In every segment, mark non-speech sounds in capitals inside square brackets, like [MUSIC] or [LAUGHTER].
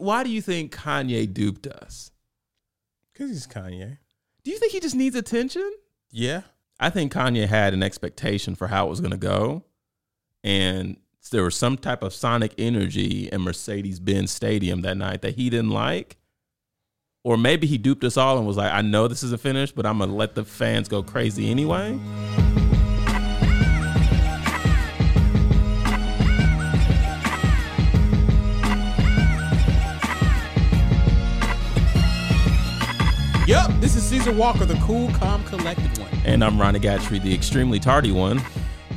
Why do you think Kanye duped us? Because he's Kanye. Do you think he just needs attention? Yeah. I think Kanye had an expectation for how it was going to go. And there was some type of sonic energy in Mercedes Benz Stadium that night that he didn't like. Or maybe he duped us all and was like, I know this isn't finished, but I'm going to let the fans go crazy anyway. Yep. This is Caesar Walker, the cool, calm, collected one. And I'm Ronnie Gatry, the extremely tardy one.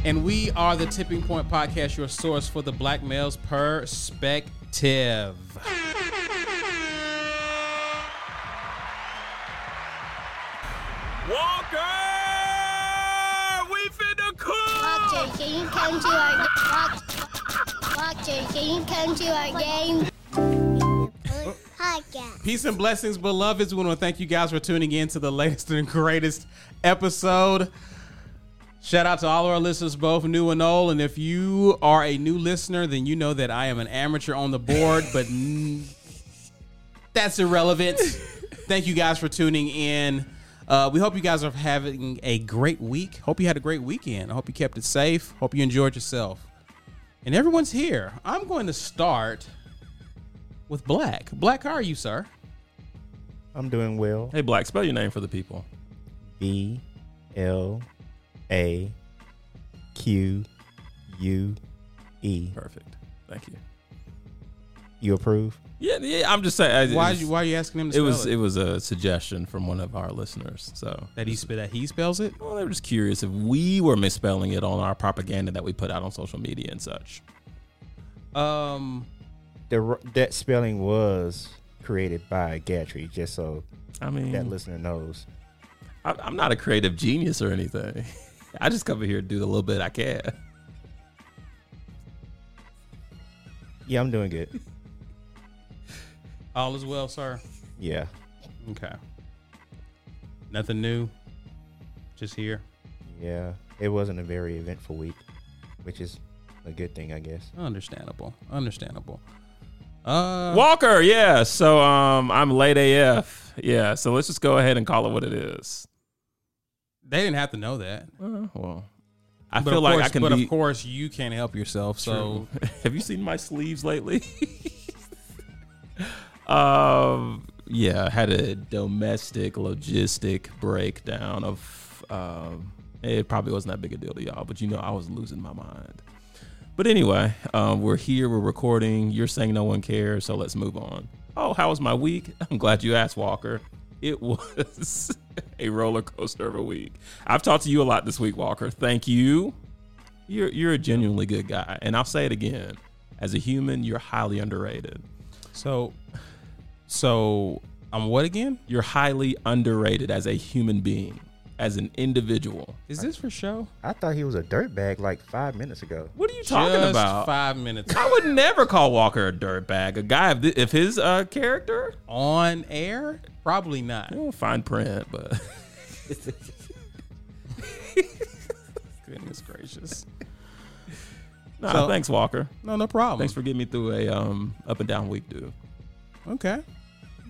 And we are the Tipping Point Podcast, your source for the black male's perspective. Walker! We finna cook! Watcher, can you come to our watch, Watcher, can you come to our game? Podcast. Peace and blessings, beloveds. We want to thank you guys for tuning in to the latest and greatest episode. Shout out to all of our listeners, both new and old. And if you are a new listener, then you know that I am an amateur on the board, but n- that's irrelevant. Thank you guys for tuning in. Uh, we hope you guys are having a great week. Hope you had a great weekend. I hope you kept it safe. Hope you enjoyed yourself. And everyone's here. I'm going to start with Black. Black, how are you, sir? I'm doing well. Hey, Black, spell your name for the people. B L A Q U E. Perfect. Thank you. You approve? Yeah, yeah I'm just saying. I- Why it's- you why are you asking him to it spell was it was a suggestion from one of our listeners. So that he spe- that he spells it? well, they were just curious if we were misspelling it on our propaganda that we put out on social media and such. Um The r- that spelling was created by Gatry, just so I Mm. that mean, listener knows. I, I'm not a creative genius or anything. [LAUGHS] I just come here to do the little bit I can. Yeah, I'm doing good. [LAUGHS] all is well, sir. Yeah, Okay. Nothing new. Just here. yeah. It wasn't a very eventful week, which is a good thing, I guess. Understandable. Understandable. Uh Walker, yeah. So um, I'm late AF. Yeah. So let's just go ahead and call it what it is. they didn't have to know that. Uh, well, I but feel of like course, I can but be. of course you can't help yourself. So [LAUGHS] have you seen my sleeves lately? [LAUGHS] um, yeah, I had a domestic logistic breakdown of. Um, it probably wasn't that big a deal to y'all, but you know I was losing my mind. But anyway, um, we're here, we're recording. You're saying no one cares, so let's move on. Oh, how was my week? [LAUGHS] I'm glad you asked, Walker. It [LAUGHS] was a roller coaster of a week. I've talked to you a lot this week, Walker. Thank you you're you're a genuinely good guy. And I'll say it again. As a human, you're highly underrated. so so I'm what again? You're highly underrated as a human being, as an individual. Is this for show? I thought he was a dirtbag like five minutes ago. What are you talking Just about? five minutes I would never call Walker a dirtbag. A guy if, thi- if his uh, character, on air? Probably not. I don't find print, but [LAUGHS] Goodness gracious. nah, So- Mm. thanks Walker. No, no problem. Thanks for getting me through a um up and down week, dude. Okay.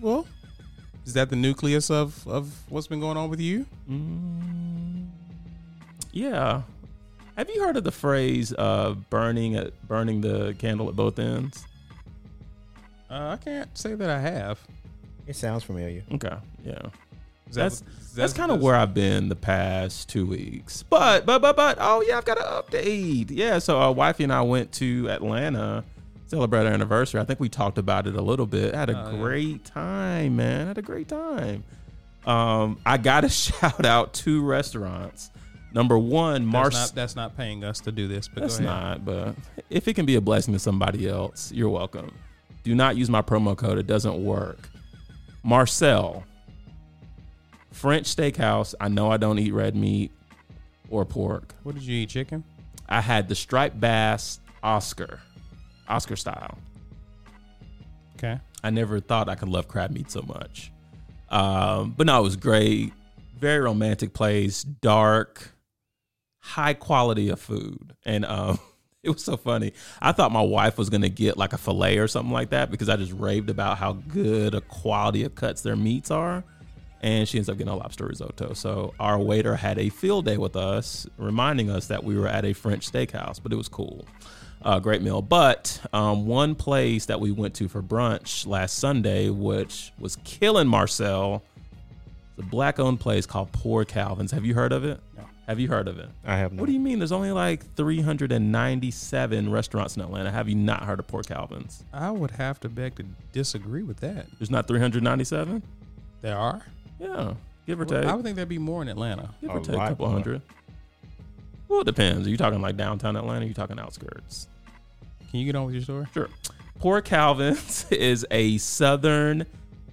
Well, is that the nucleus of of what's been going on with you? Yeah. Have you heard of the phrase uh, burning at burning the candle at both ends? Uh, I can't say that I have. It sounds familiar. Okay. Yeah. Is that's that, is that- that's kind of where I've been the past two weeks. But but but but oh yeah, I've got an update. Yeah, so uh, wifey and I went to Atlanta, celebrate our anniversary. I think we talked about it a little bit. I had a Oh, yeah. great time, man. I had a great time. Um, I got to [LAUGHS] shout out two restaurants. Number one, That's Mars. not, that's not paying us to do this, but That's go ahead. not, but if it can be a blessing to somebody else, you're welcome. Do not use my promo code, it doesn't work. Marcel, French Steakhouse. I know I don't eat red meat or pork. What did you eat? Chicken? I had the striped bass Oscar, Oscar style. Okay. I never thought I could love crab meat so much. Um, but no, it was great. Very romantic place, dark, high quality of food. And um, [LAUGHS] It was so funny. I thought my wife was gonna get like a fillet or something like that because I just raved about how good a quality of cuts their meats are, and she ends up getting a lobster risotto. So our waiter had a field day with us, reminding us that we were at a French steakhouse, but it was cool. Uh, great meal. But um, one place that we went to for brunch last Sunday, which was killing Marcel, the black-owned place called Poor Calvin's. Have you heard of it? No. Have you heard of it? I have no. What do you mean? There's only like 397 restaurants in Atlanta. Have you not heard of Poor Calvin's? I would have to beg to disagree with that. There's not 397? There are. Yeah, give or take. I would think there'd be more in Atlanta. give or A take a lot couple more. hundred. Well, it depends. Are you talking like downtown Atlanta? Or are you talking outskirts? Can you get on with your story? Sure. Poor Calvin's [LAUGHS] is a Southern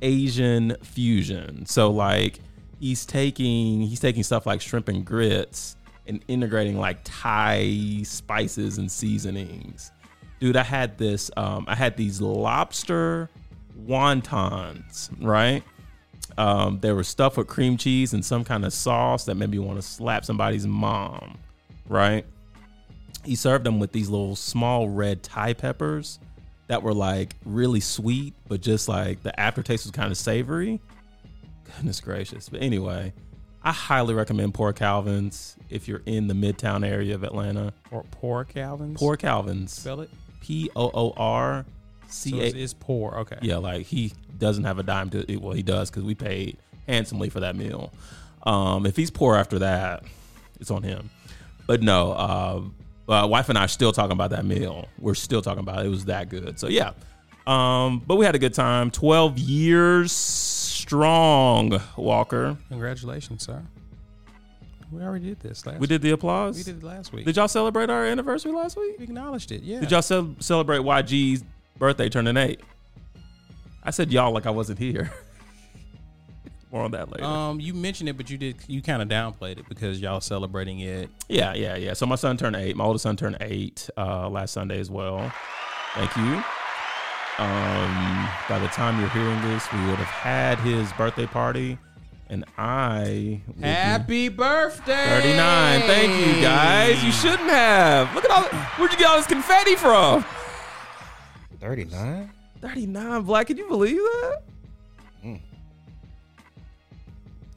Asian fusion. So like he's taking he's taking stuff like shrimp and grits and integrating like Thai spices and seasonings. Dude, I had this um I had these lobster wontons, right? Um, they were stuffed with cream cheese and some kind of sauce that made me want to slap somebody's mom, right? he served them with these little small red Thai peppers that were like really sweet, but just like the aftertaste was kind of savory. Goodness gracious. But anyway, I highly recommend Poor Calvin's if you're in the midtown area of Atlanta. Or poor Calvin's. Poor Calvin's. Spell it. P O O R So C it's, A. it's poor. Okay. Yeah, like he doesn't have a dime to Well, he does because we paid handsomely for that meal. Um, if he's poor after that, it's on him. But no, uh, uh, wife and I are still talking about that meal. We're still talking about it. It was that good. So yeah. Um, but we had a good time. 12 years strong, Walker. Congratulations, sir. We already did this last. We did the applause. We did it last week. Did y'all celebrate our anniversary last week? we acknowledged it? Yeah. Did y'all cel- celebrate YG's birthday turning eight? I said y'all like I wasn't here. [LAUGHS] More on that later. Um, you mentioned it, but you did. You kind of downplayed it because y'all celebrating it. Yeah, yeah, yeah. So my son turned eight. My oldest son turned eight uh, last Sunday as well. Thank you. Um, by the time you're hearing this, we would have had his birthday party, and I will be Happy birthday! 39. Thank you, guys. You shouldn't have. Look at all. Where'd you get all this confetti from? 39? 39, black. Can you believe that?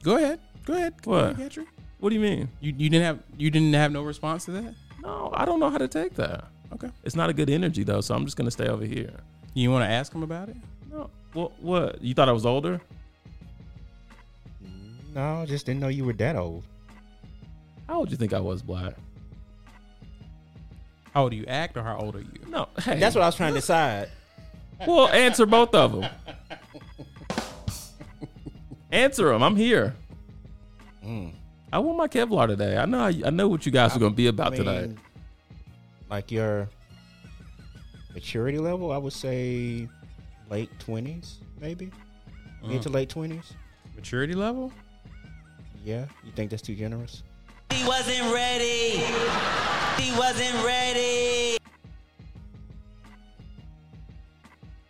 Go ahead. Go ahead. What? Andrew. What do you mean? You you didn't have you didn't have no response to that. No, I don't know how to take that. Okay. It's not a good energy though, so I'm just gonna stay over here. You want to ask him about it? No. What? What? You thought I was older? No, just didn't know you were that old. How old do you think I was, black? How old do you act, or how old are you? No, hey. That's what I was trying to decide. Well, answer both of them. answer them. I'm here. I want my Kevlar today. I know. I know what you guys are going to be about I today. mean, Like your maturity level, I would say late 20s, maybe? Mm-hmm. Mid to late 20s? Maturity level? Yeah. You think that's too generous? He wasn't ready. He wasn't ready.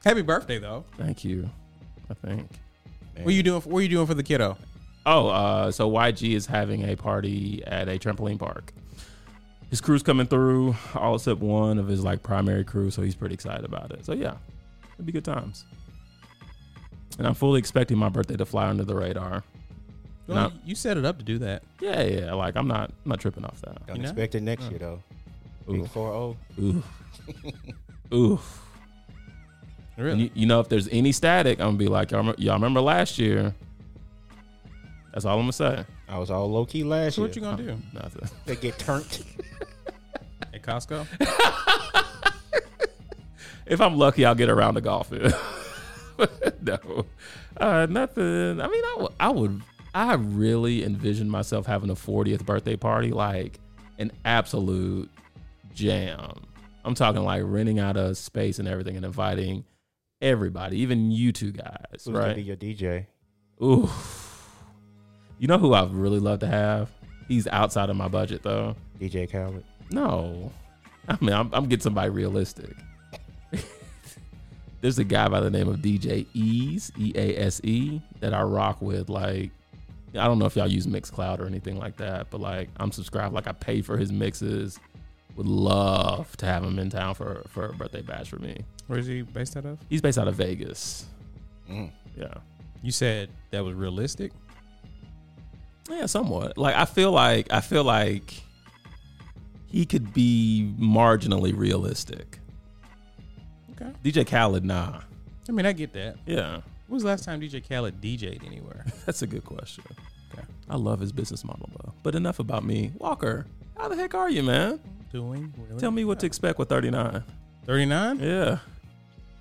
Happy birthday, though. Thank you. I think. Man. What you doing? For, what you doing for the kiddo? Oh, uh, so YG is having a party at a trampoline park. His crew's coming through, all except one of his like primary crew, so he's pretty excited about it. So yeah, it'll be good times. And I'm fully expecting my birthday to fly under the radar. Well, No. You set it up to do that. Yeah, yeah. Like I'm not, I'm not tripping off that. Don't you know? expect it next year, though. oh, Ooh. Big 4 Oof. Oof. And Really? you, you know, if there's any static, I'm gonna be like, y'all, remember- y'all remember last year? That's all I'm gonna say. I was all low key last so year. what you gonna do Nothing. They [LAUGHS] get turned. [LAUGHS] at Costco? If I'm lucky, I'll get around to golfing. [LAUGHS] no, uh, nothing. I mean, I would, I would, I really envision myself having a 40th birthday party, like an absolute jam. I'm talking like renting out a space and everything, and inviting everybody, even you two guys, Who's gonna right? be your DJ? Ooh. You know who I'd really love to have? He's outside of my budget though. DJ Khaled. No. I mean, I'm, I'm getting somebody realistic. [LAUGHS] There's a guy by the name of DJ Ease, E A S E, that I rock with. Like, I don't know if y'all use Mixcloud or anything like that, but like, I'm subscribed. Like, I pay for his mixes. Would love to have him in town for for a birthday bash for me. Where is he based out of? He's based out of Vegas. Mm. Yeah. You said that was realistic. Yeah, somewhat. Like I feel like I feel like he could be marginally realistic. Okay. DJ Khaled, nah. I mean, I get that. Yeah, When was the last time DJ Khaled DJ'd [LAUGHS] anywhere? that's a good question. Okay. I love his business model though. But enough about me. Walker, how the heck are you, man? Doing? Really? Tell me what to expect with 39. 39? Yeah.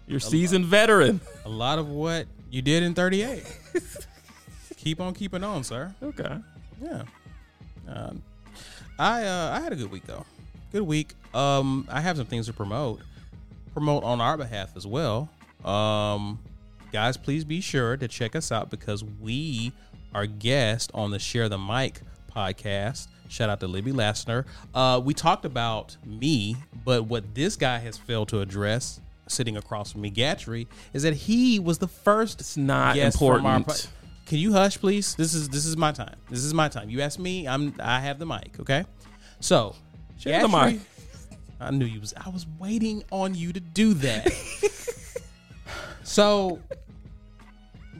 You're seasoned veteran. A lot of what you did in 38. Keep on keeping on, sir. Okay. Yeah. Um, I uh, I had a good week though. Good week. Um, I have some things to promote. Promote on our behalf as well. Um, guys, please be sure to check us out because we are guests on the Share the Mic podcast. Shout out to Libby Lassner. Uh, we talked about me, but what this guy has failed to address, sitting across from me, Gatry, is that he was the first It's not Yes, from our important. pro- Can you hush, please? This is this is my time. This is my time. You ask me, I'm I have the mic. Okay, so Share the Gashry- mic. I knew you was. I was waiting on you to do that. [LAUGHS] so,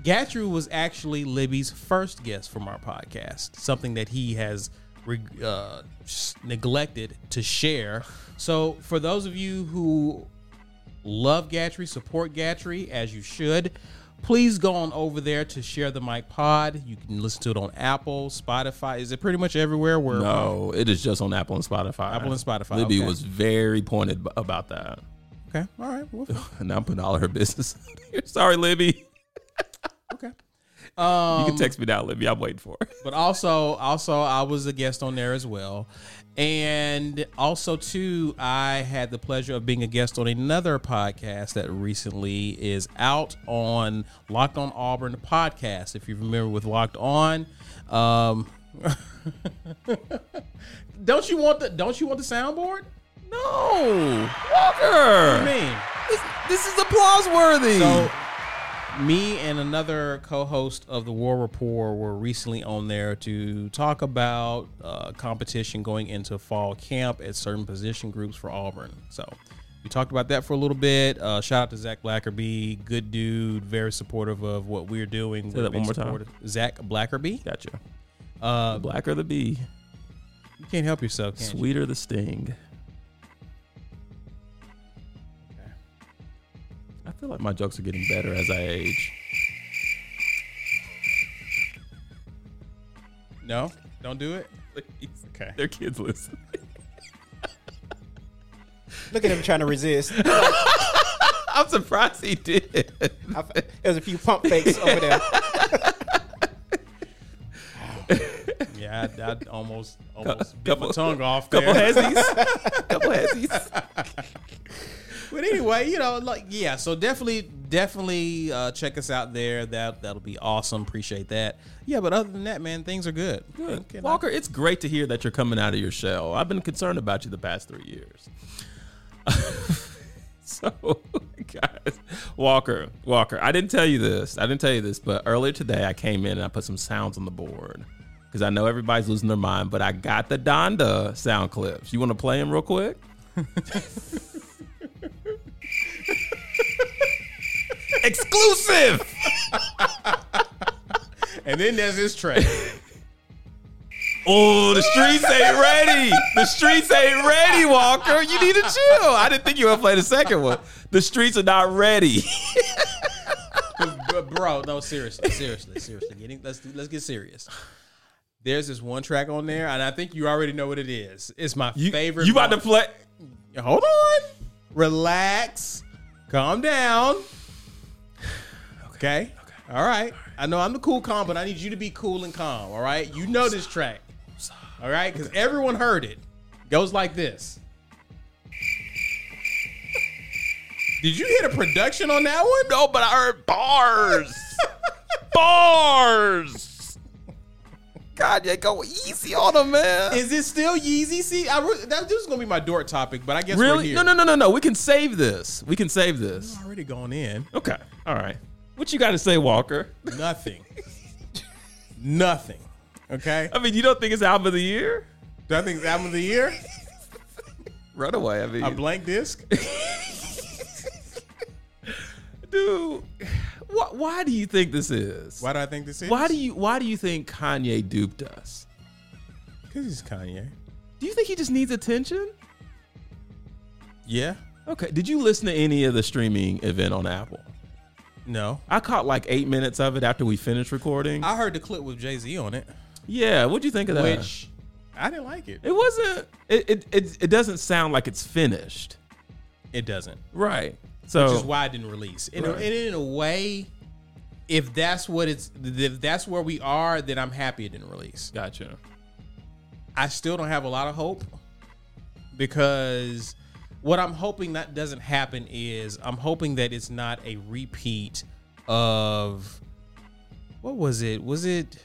Gatru was actually Libby's first guest from our podcast. Something that he has reg- uh, s- neglected to share. So, for those of you who love Gatry, support Gatry as you should. Please go on over there to share the mic pod. You can listen to it on Apple, Spotify. Is it pretty much everywhere? Where no, it is just on Apple and Spotify. Apple and Spotify, Libby okay. was very pointed b- about that. [LAUGHS] okay, all right, well, And now I'm putting all her business [LAUGHS] out here. Sorry, Libby. [LAUGHS] okay. Um, you can text me now, Libby. I'm waiting for it. but also also I was a guest on there as well. And also too, I had the pleasure of being a guest on another podcast that recently is out on Locked On Auburn podcast. If you remember with Locked On, um, [LAUGHS] don't you want the don't you want the soundboard? No, I Walker. mean, This, this is applause worthy. So, me and another co-host of the War Report were recently on there to talk about uh, competition going into fall camp at certain position groups for Auburn. So, we talked about that for a little bit. Uh, shout out to Zach Blackerby, good dude, very supportive of what we're doing. that one more time. time. Zach Blackerby, gotcha. uh, The blacker the bee, you can't help yourself. Can you? sweeter the sting. I feel like my jokes are getting better as I age. No, don't do it. Please. Okay. Their kids listen. [LAUGHS] Look at him trying to [LAUGHS] resist. I'm surprised he did. I, there's a few pump fakes [LAUGHS] over there. Yeah, I, I [LAUGHS] almost almost bit my Couple- tongue off. [LAUGHS] There. Couple hezzies. [LAUGHS] Couple hezzies. but anyway, you know, like yeah, so definitely, definitely uh, check us out there. That that'll be awesome. Appreciate that. Yeah, but other than that, man, things are good. Good. Can I- Walker, it's great to hear that you're coming out of your shell. I've been concerned about you the past three years. [LAUGHS] so, guys, Walker, Walker, I didn't tell you this. I didn't tell you this, but earlier today I came in and I put some sounds on the board because I know everybody's losing their mind, but I got the Donda sound clips. You want to play them real [LAUGHS] quick? Exclusive! and then there's this track. Oh, the streets ain't ready. The streets ain't ready, Walker. You need to chill. I didn't think you would play the second one. The streets are not ready. [LAUGHS] But bro, no, seriously, seriously, seriously. Getting let's let's get serious. There's this one track on there, and I think you already know what it is. It's my You, favorite. You about to one. play? Hold on. Relax. Calm down. Okay. All right. I know I'm the cool calm, but I need you to be cool and calm. All right. You know this track. All right. Because everyone heard it. Goes like this. Did you hit a production on that one? No, but I heard [LAUGHS] bars. bars. God, you go easy on them, man. Is it still Yeezy? See, I re- that, this is gonna be my dork topic, but I guess We're really? here. No, no, no, no, no. We can save this. We can save this. Already gone in. Okay. All right. What you got to say, Walker? Nothing. Nothing. Okay. I mean, you don't think it's album of the year? Do I think it's album of the year? Runaway. I mean, A blank disc? dude, why, why do you think this is? Why do I think this is? why do you Why do you think Kanye duped us? Because he's Kanye. Do you think he just needs attention? Yeah. Okay. Did you listen to any of the streaming event on Apple? No. I caught like eight minutes of it after we finished recording. I heard the clip with Jay Z on it, yeah, what'd you think of that? which I didn't like it. it wasn't. It, it it it doesn't sound like it's finished. It doesn't. Right. So which is why I didn't release. And, Oh. Right. and in a way, if that's what it's, if that's where we are, then I'm happy it didn't release. gotcha. I still don't have a lot of hope because what I'm hoping that doesn't happen is I'm hoping that it's not a repeat of what was it? Was it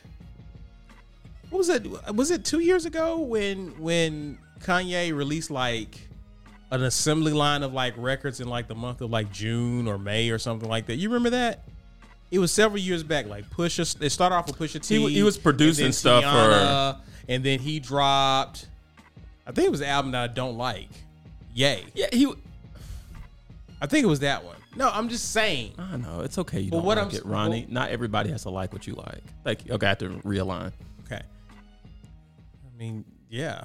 what was it? Was it two years ago when when Kanye released like an assembly line of like records in like the month of like June or May or something like that? You remember that? It was several years back. Like Pusha, it started off with Pusha T. He wa- he was and producing then stuff for- Tiana, and then he dropped. I think it was the album that I don't like. Yay! Yeah, he. I think it was that one. No, I'm just saying. I know it's okay. You But don't what like I'm- it, Ronnie. Not everybody has to like what you like. Thank you. Okay, I have to realign. Okay. I mean, yeah.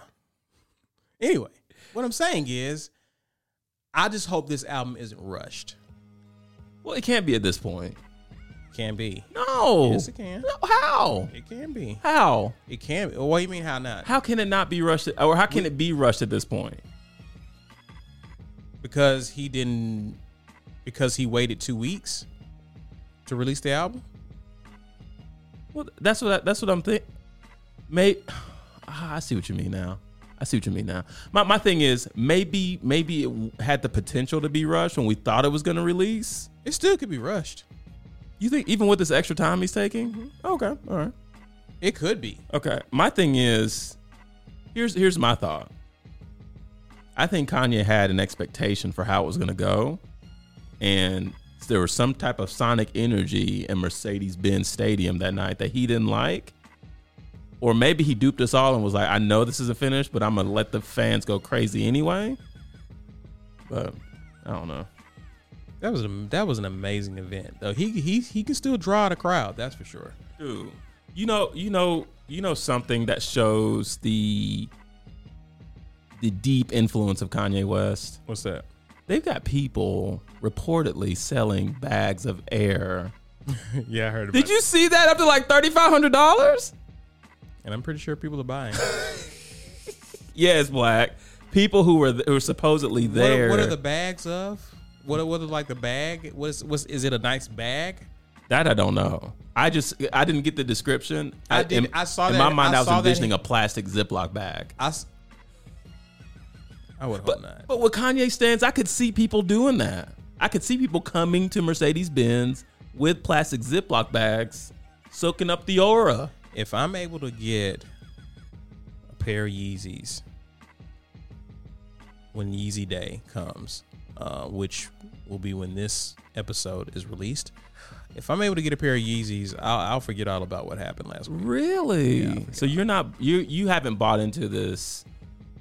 Anyway, what I'm saying is, I just hope this album isn't rushed. Well, it can't be at this point. Can be. No. Yes, it can. No, how? It can be. How? It can be. What do you mean? How not? How can it not be rushed? at- Or how can it be rushed at this point? Because he didn't. Because he waited two weeks to release the album. Well, that's what I, that's what I'm thinking. May [SIGHS] ah, I see what you mean now. I see what you mean now. My my thing is maybe maybe it w- had the potential to be rushed when we thought it was going to release. It still could be rushed. You think even with this extra time he's taking? Okay, all right. It could be. Okay. My thing is here's here's my thought. I think Kanye had an expectation for how it was going to go and there was some type of sonic energy in Mercedes-Benz Stadium that night that he didn't like. Or maybe he duped us all and was like, "I know this isn't finished, but I'm going to let the fans go crazy anyway." But I don't know. That was a, that was an amazing event. Though he he he can still draw the crowd. That's for sure. Dude, you know, you know, you know something that shows the the deep influence of Kanye West. What's that? They've got people reportedly selling bags of air. yeah, I heard about. Did you see that up to like thirty five hundred dollars? And I'm pretty sure people [LAUGHS] are buying. Yes, black people who were who were supposedly there. What are, what are the bags of? What are, what are like the bag? What's what's is it a nice bag? that I don't know. I just I didn't get the description. I did- I saw in that- my mind. I I, was saw that envisioning he- a plastic Ziploc bag. I, s- I would hope not. But, but with Kanye stands, I could see people doing that. I could see people coming to Mercedes Benz with plastic Ziploc bags, soaking up the aura. if I'm able to get a pair of Yeezys when Yeezy Day comes, uh, which will be when this episode is released, if I'm able to get a pair of Yeezys, I'll, I'll forget all about what happened last week. Really? so you're not you you haven't bought into this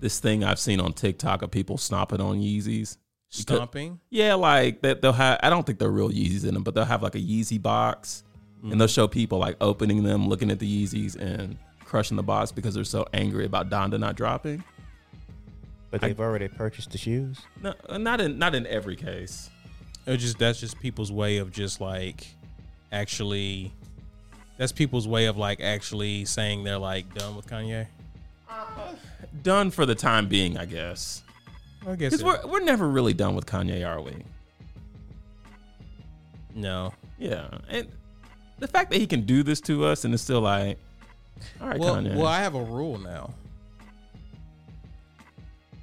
this thing I've seen on TikTok of people stomping on Yeezys. Because- Stomping. Yeah, like that they'll have. I don't think they're real Yeezys in them, but they'll have like a Yeezy box, and they'll show people like opening them, looking at the Yeezys, and crushing the box because they're so angry about Donda not dropping. But they've already purchased the shoes. No, not in not in every case. It just that's just people's way of just like actually that's people's way of like actually saying they're like done with Kanye. done for the time being, I guess. I guess Because it- we're, we're never really done with Kanye, are we? no. Yeah. And the fact that he can do this to us and it's still like, all right, Well, Kanye. well, I have a rule now.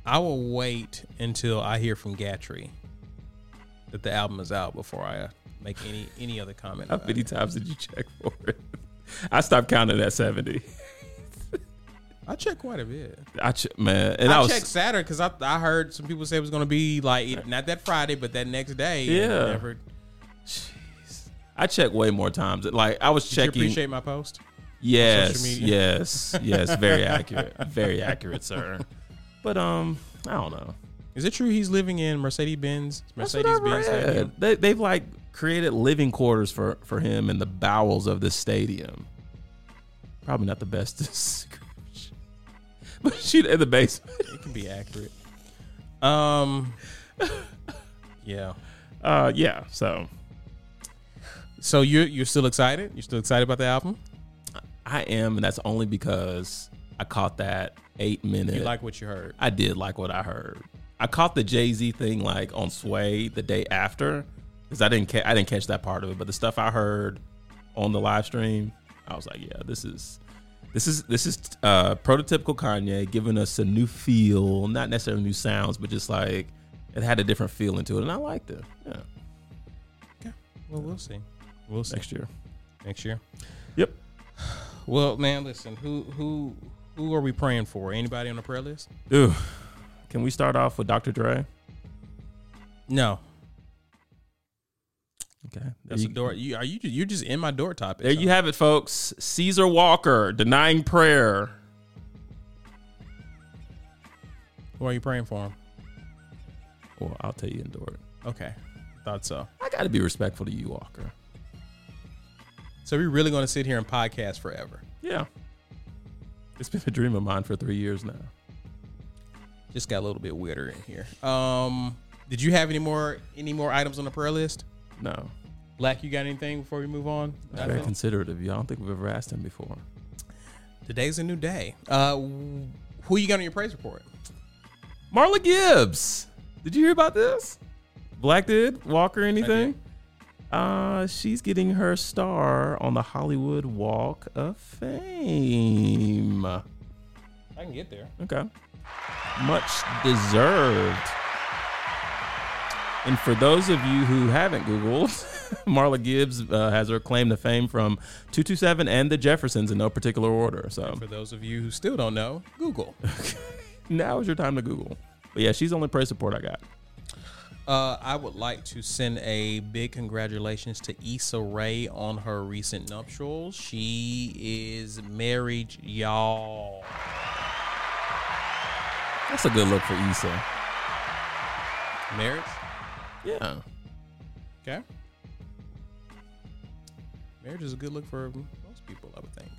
I will wait until I hear from Gatry that the album is out before I make any any other comment. How about many it. times did you check for it? [LAUGHS] I stopped counting at 70. I check quite a bit. I ch- man, and I, I was checked Saturday because I, I heard some people say it was going to be like it- not that Friday, but that next day. and I Yeah. never, did I checked way more times. Like I was you checking. appreciate my post? yes, social media? [LAUGHS] yes, yes. Very accurate, very accurate, sir. But um, I don't know. Is it true he's living in Mercedes Benz? That's what I Mercedes Benz. read. Stadium? They, they've like created living quarters for for him in the bowels of the stadium. Probably not the best [LAUGHS] description, but shoot in the basement. It can be accurate. Um. [LAUGHS] Yeah. Uh, yeah. So So you you're still excited? You're still excited about the album? I am, and that's only because I caught that eight minute. You like what you heard? I did like what I heard. I caught the Jay Z thing like on Sway the day after because I didn't ca- I didn't catch that part of it, but the stuff I heard on the live stream, I was like, yeah, this is this is this is uh, prototypical Kanye giving us a new feel, not necessarily new sounds, but just like it had a different feeling to it, and I liked it. Yeah, Well, we'll see. We'll see next year. next year. Yep. Well, man, listen. Who who who are we praying for? Anybody on the prayer list? Ooh, can we start off with Dr. Dre? No. Okay, That's you, a door. You are you? You're just in my door topic. There you have it, folks. Caesar Walker denying prayer. Who are you praying for? Him? Well, I'll tell you in Dort. Okay, thought so. I got to be respectful to you, Walker. So we're really going to sit here and podcast forever. Yeah. It's been a dream of mine for three years now. Just got a little bit weirder in here. Um, did you have any more any more items on the prayer list? No. Black, you got anything before we move on? Very Nothing? considerate of you. I don't think we've ever asked him before. Today's a new day. Uh, who you got on your praise report? Marla Gibbs. Did you hear about this? Black did? Walker, anything? Uh, she's getting her star on the Hollywood Walk of Fame. I can get there. Okay. Much deserved. And for those of you who haven't Googled, [LAUGHS] Marla Gibbs uh, has her claim to fame from 227 and the Jeffersons in no particular order. So For those of you who still don't know, [LAUGHS] Google. now is your time to Google. But yeah, she's the only praise support I got. Uh, I would like to send a big congratulations to Issa Rae on her recent nuptials. She is married, y'all. That's a good look for Issa. Marriage? Yeah. Okay. Marriage is a good look for most people, I would think.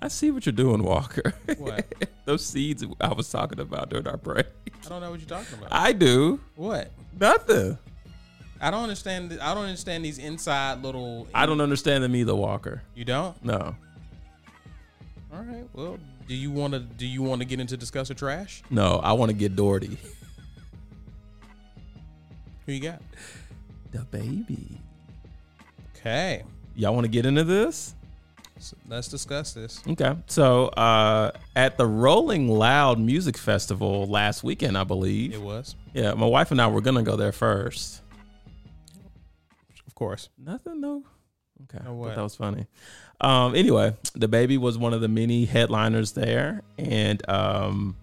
I see what you're doing, Walker. What? [LAUGHS] Those seeds I was talking about during our break. I don't know what you're talking about. I do. what? Nothing. I don't understand. th- I don't understand these inside little. I don't understand them either, Walker. You don't? No. All right. Well, do you want to? Do you want to get into discuss or trash? No, I want to get Doherty. [LAUGHS] Who you got? The baby. Okay. Y'all want to get into this? So let's discuss this. Okay. So, uh, at the Rolling Loud Music Festival last weekend, I It believe. was, Yeah, my wife and I were going to go there first. of course. Nothing, no. Okay. No I thought what? That was funny. Um, anyway, the baby was one of the many headliners there. And um,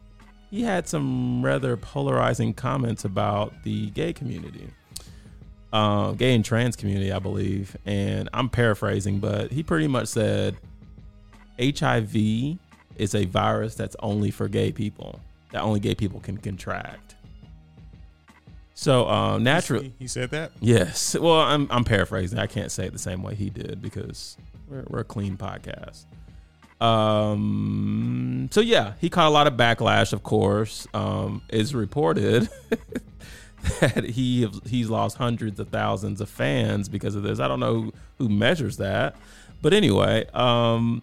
he had some rather polarizing comments about the gay community, uh, gay and trans community, I believe. And I'm paraphrasing, but he pretty much said HIV is a virus that's only for gay people, that only gay people can contract. So uh, naturally. He said that. Yes. Well, I'm I'm paraphrasing. I can't say it the same way he did because we're, we're a clean podcast. Um. So yeah, he caught a lot of backlash. Of course, um, is reported [LAUGHS] that he he's lost hundreds of thousands of fans because of this. I don't know who measures that, but anyway, um,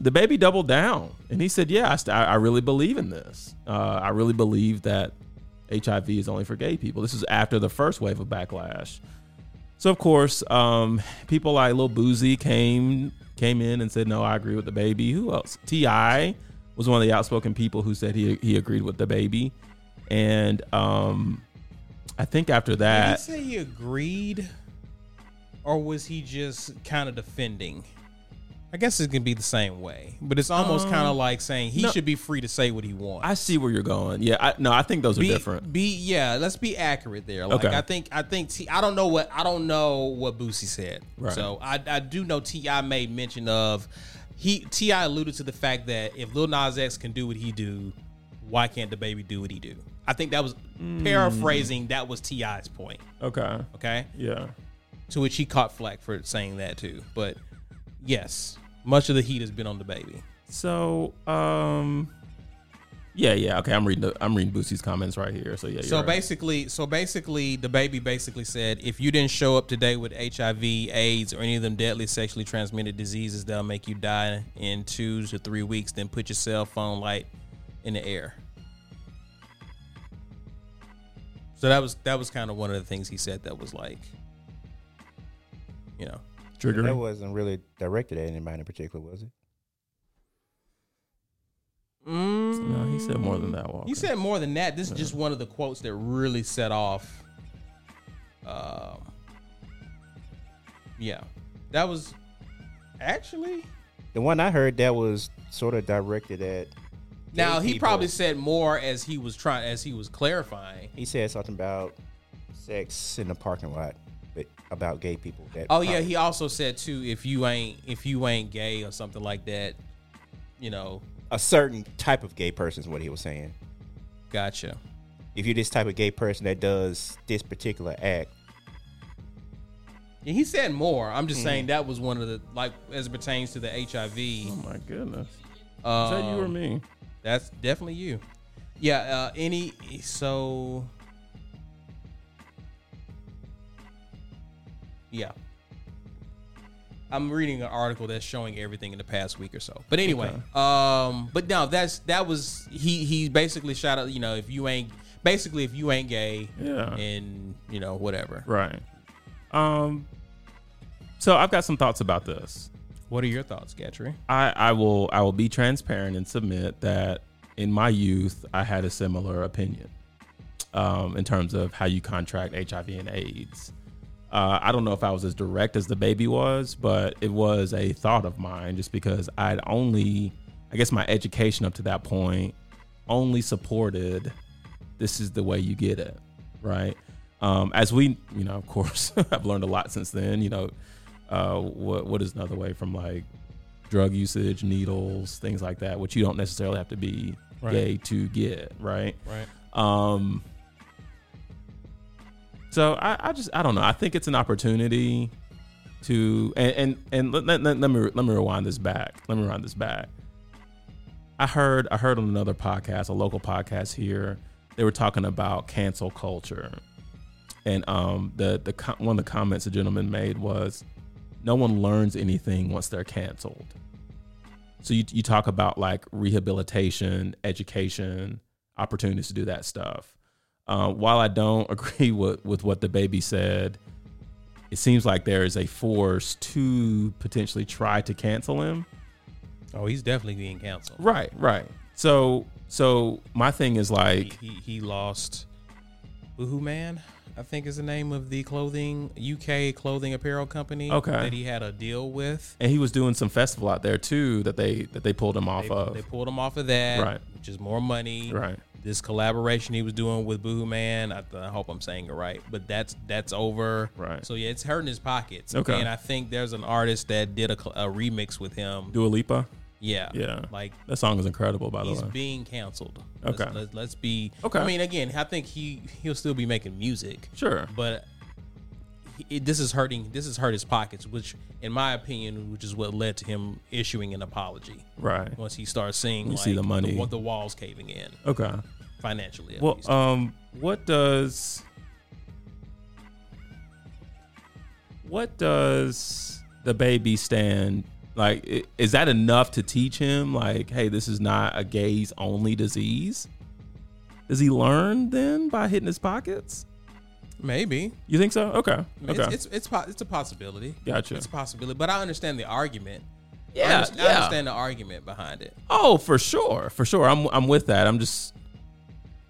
the baby doubled down and he said, "Yeah, I, st- I I really believe in this. Uh, I really believe that HIV is only for gay people." This is after the first wave of backlash. So of course, um, people like Lil Boozy came came in and said, "No, I agree with the baby." Who else? Ti was one of the outspoken people who said he he agreed with the baby, and um, I think after Did he that, say he agreed, or was he just kind of defending? I guess it can be the same way, but it's almost kind of like saying he Um, no. should be free to say what he wants. I see where you're going. Yeah, I, no, I think those are be, different. Be yeah, let's be accurate there. Like Okay. I think I think T I don't know what I don't know what Boosie said. Right. So I I do know T.I. made mention of he T.I. alluded to the fact that if Lil Nas X can do what he do, why can't the baby do what he do? I think that was Mm. paraphrasing. That was Ti's point. Okay. Okay, Yeah. to which he caught flack for saying that too. But yes, much of the heat has been on the baby. So, um, yeah, yeah. Okay, I'm reading. The, I'm reading Boosie's comments right here. So yeah. You're So right. basically, so basically, the baby basically said, if you didn't show up today with HIV, AIDS, or any of them deadly sexually transmitted diseases that'll make you die in two to three weeks, then put your cell phone light in the air. So that was that was kind of one of the things he said that was like, you know, That triggering. wasn't really directed at anybody in particular, was it? No, he said more than that. Walker. he said more than that. This is just one of the quotes that really set off. Um, yeah, that was actually The one I heard that was sort of directed at. Now gay he people. probably said more as he was trying as he was clarifying. he said something about sex in the parking lot, but about gay people. That Oh yeah, probably- he also said too if you ain't if you ain't gay or something like that, you know, a certain type of gay person is what he was saying. gotcha. If you're this type of gay person that does this particular act, And he said more. I'm just saying that was one of the like as it pertains to the HIV. Oh my goodness. Is Um, that you or me? That's definitely you. Yeah, uh any so Yeah. I'm reading an article that's showing everything in the past week or so. But anyway, um but no, that's that was he he basically shot out, you know, if you ain't basically if you ain't gay Yeah. and you know whatever. Right. Um. So I've got some thoughts about this. What are your thoughts, Gatry? I, I will I will be transparent and submit that in my youth I had a similar opinion um, in terms of how you contract HIV and AIDS. Uh, I don't know if I was as direct as the baby was, but it was a thought of mine just because I'd only I guess my education up to that point only supported this is the way you get it, right? Um, as we, you know, of course, [LAUGHS] I've learned a lot since then. You know, uh, what what is another way from like drug usage, needles, things like that, which you don't necessarily have to be gay to get, right? Right. Um, so I, I just I don't know. I think it's an opportunity to and and, and let, let, let, let me let me rewind this back. Let me rewind this back. I heard I heard on another podcast, a local podcast here, they were talking about cancel culture, and um the the co- one of the comments the gentleman made was, no one learns anything once they're canceled. So you you talk about like rehabilitation, education, opportunities to do that stuff. Uh, while I don't [LAUGHS] agree with with what the baby said, it seems like there is a force to potentially try to cancel him. Oh, he's definitely being canceled. Right, right. So so my thing is like he, he, he lost Boohoo Man, I think is the name of the clothing UK clothing apparel company. Okay. that he had a deal with. and he was doing some festival out there too that they that they pulled him off They, of. they pulled him off of that, Right. Which is more money, Right. This collaboration he was doing with Boohoo Man, I, th- I hope I'm saying it right, but that's that's over, Right. So yeah, it's hurting his pockets. Okay. and I think there's an artist that did a, cl- a remix with him. Dua Lipa. Yeah, Yeah. like That song is incredible by the he's way. being canceled. Okay. let's, let's, let's be. Okay. I mean, again, I think he he'll still be making music. sure. but it, this is hurting. This has hurt his pockets, which, in my opinion, which is what led to him issuing an apology. Right. Once he starts seeing, like, see the money. the, the walls caving in Okay. financially. At Well, least. um, what does what does the baby stand like? i- Is that enough to teach him? Like, hey, this is not a gays only disease. Does he learn then by hitting his pockets? maybe You think so? Okay. Okay. it's, it's it's po- it's a possibility. Gotcha. It's a possibility, but I understand the argument. I, yeah. understand, I Yeah. understand the argument behind it. Oh, for sure. For sure. I'm I'm with that. I'm just.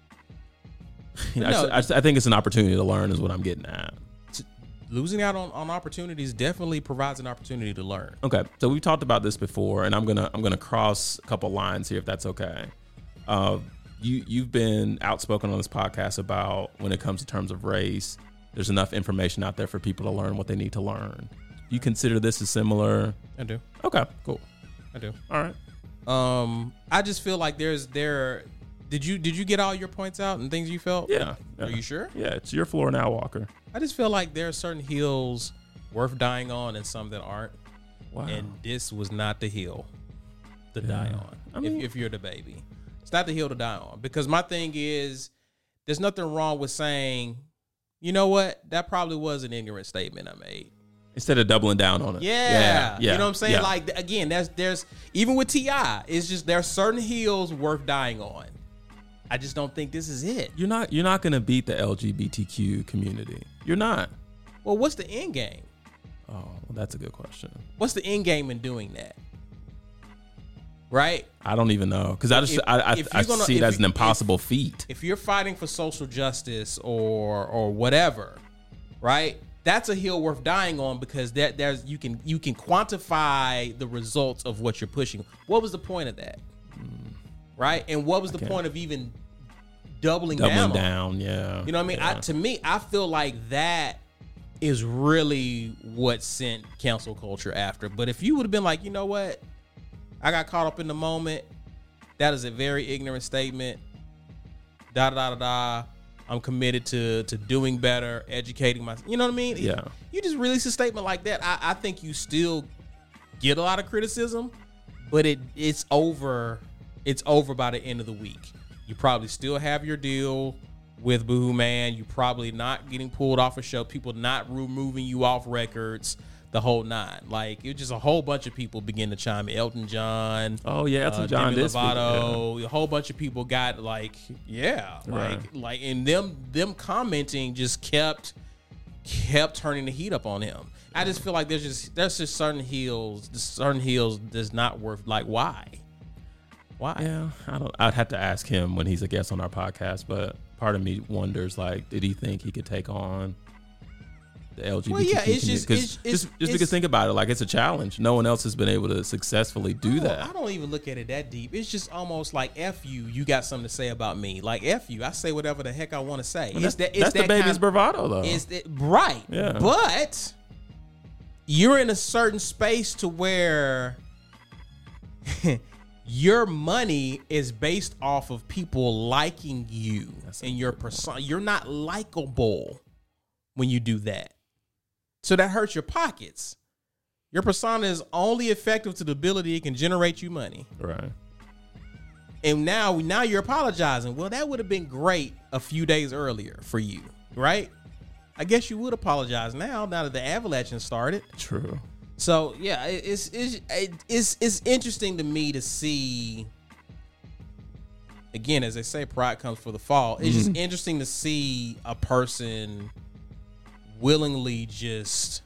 [LAUGHS] You know, I No. just- I, just- I think it's an opportunity to learn, is what I'm getting at. T- losing out on, on opportunities definitely provides an opportunity to learn. Okay, so we've talked about this before, and I'm gonna I'm gonna cross a couple lines here if that's okay. Uh, you you've been outspoken on this podcast about when it comes to terms of race. There's enough information out there for people to learn what they need to learn. Do you consider this as similar? I do. Okay, cool. I do. All right. Um, I just feel like there's there Did you did you get all your points out and things you felt? Yeah, yeah. Are you sure? Yeah, it's your floor now, Walker. I just feel like there are certain hills worth dying on and some that aren't. Wow. And this was not the hill to die on. Oh. I mean- if, if you're the baby, it's not the hill to die on. Because my thing is, there's nothing wrong with saying, you know what, that probably was an ignorant statement I made. Instead of doubling down on it. Yeah. yeah, You know what I'm saying? yeah. Like th- again, that's there's even with TI, it's just there are certain hills worth dying on. I just don't think this is it. you're not you're not gonna beat the LGBTQ community. You're not. Well, what's the end game? Oh, well, that's a good question. What's the end game in doing that? Right? I don't even know because I just If- I, I, if I you're gonna- see it if as an you- impossible feat. If you're fighting for social justice or or whatever, right? That's a hill worth dying on because that there's you can you can quantify the results of what you're pushing. What was the point of that? Hmm. Right? And what was the can't- point of even doubling, Doubling down? on it? down, yeah. You know what I mean? I, Yeah. to me, I feel like that is really what sent cancel culture after. But if you would have been like, you know what, I got caught up in the moment. That is a very ignorant statement. Da da da da. da. I'm committed to to doing better, educating myself. You know what I mean? Yeah. You just release a statement like that. I, I think you still get a lot of criticism, but it it's over. It's over by the end of the week. You probably still have your deal with Boohoo Man. You probably not getting pulled off a show. People not removing you off records. The whole nine. Like it was just a whole bunch of people begin to chime. in. Elton John. oh yeah, Elton Uh, John Demi this week, yeah. Lovato, a whole bunch of people got like, yeah, like, Right. like, and them them commenting just kept kept turning the heat up on him. I just feel like there's just there's just certain heels, certain heels that's not worth like why, why? Yeah, I don't. I'd have to ask him when he's a guest on our podcast. But part of me wonders, like, did he think he could take on the LGBTQ Well, yeah, it's community? just- 'Cause it's- just, it's- just it's- because think about it, like it's a challenge. No one else has been able to successfully do I don't- that. I don't even look at it that deep. It's just almost like f you. You got something to say about me? Like f you. I say whatever the heck I want to say. But that's it's that. It's that's that the baby's kind of- bravado, though. Is that right? Yeah. But you're in a certain space to where [LAUGHS] your money is based off of people liking you and your persona. You're not likable when you do that. So that hurts your pockets. Your persona is only effective to the ability it can generate you money. right. And now now you're apologizing. Well, that would have been great a few days earlier for you, right? I guess you would apologize now, now that the avalanche has started. True. So yeah, it- it's it's it's it's interesting to me to see. Again, as they say, pride comes for the fall. It's just interesting to see a person willingly just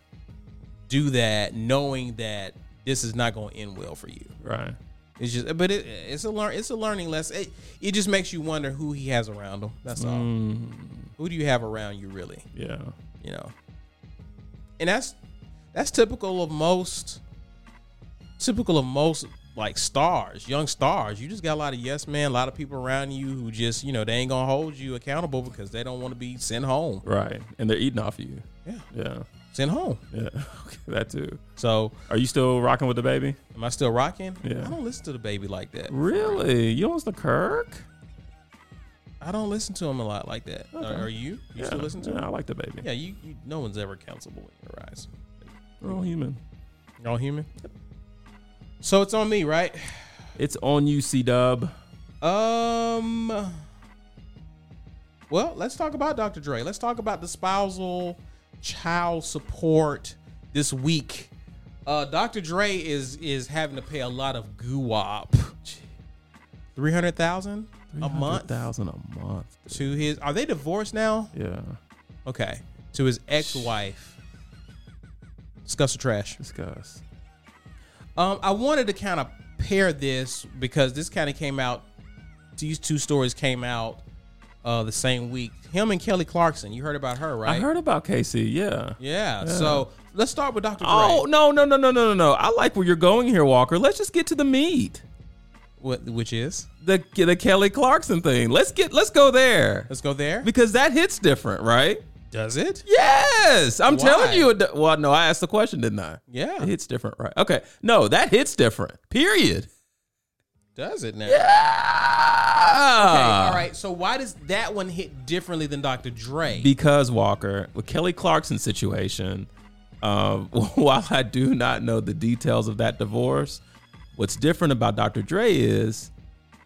do that, knowing that this is not going to end well for you. Right. It's just, but it, it's a learn, it's a learning lesson. It, it just makes you wonder who he has around him. That's all. Mm. Who do you have around you, really? Yeah. You know, and that's that's typical of most, typical of most like stars, young stars. You just got a lot of yes men, a lot of people around you who just, you know, they ain't gonna hold you accountable because they don't want to be sent home. Right. And they're eating off you. Yeah, Yeah. sent home. Yeah. [LAUGHS] Okay, that too. So, Are you still rocking with the baby? am I still rocking? Yeah. I don't listen to the baby like that. Really? You almost the Kirk? I don't listen to him a lot like that. Okay. Are, are you? You yeah. still listen to yeah, him? I like the baby. Yeah, you, you no one's ever countable in your eyes. We're all human. Y'all human? So it's on me, right? It's on you, C Dub. Um Well, let's talk about Dr. Dre. Let's talk about the spousal child support this week. Uh Dr. Dre is is having to pay a lot of guap. 300,000 a month thousand a month. to his Are they divorced now? Yeah, Okay. To his ex-wife. Discuss the trash. discuss. Um, I wanted to kind of pair this because this kind of came out. These two stories came out uh, the same week. Him and Kelly Clarkson. You heard about her, right? I heard about Casey. Yeah. Yeah. So let's start with Dr. Dre. Oh no no no no no no no! I like where you're going here, Walker. Let's just get to the meat. What, which is? The the Kelly Clarkson thing. Let's get let's go there Let's go there. because that hits different, right? Does it? Yes, I'm Why? telling you. It, do- well, no, I asked the question, didn't I? Yeah. It hits different, right? Okay. No, that hits different. Period. Does it now? Ah! All right. So why does that one hit differently than Dr. Dre? because Walker, with Kelly Clarkson situation, um, [LAUGHS] while I do not know the details of that divorce, what's different about Dr. Dre is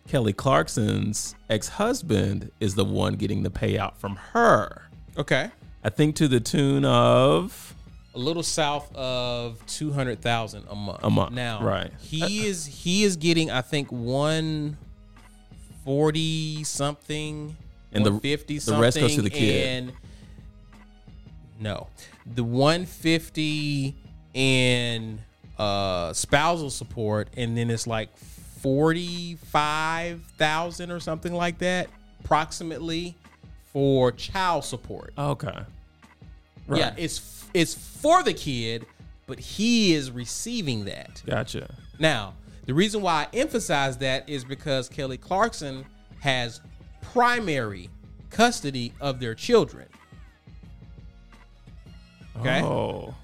Kelly Clarkson's ex-husband is the one getting the payout from her. okay. I think to the tune of A little south of two hundred thousand a month. A month, Now, right. Uh, He is he is getting I think one forty something And the- fifty the rest goes to the kid. And no, the one fifty in uh spousal support, and then it's like forty five thousand or something like that, approximately for child support. okay, Yeah, it's it's for the kid, but he is receiving that. gotcha. Now, the reason why I emphasize that is because Kelly Clarkson has primary custody of their children. Okay. Oh,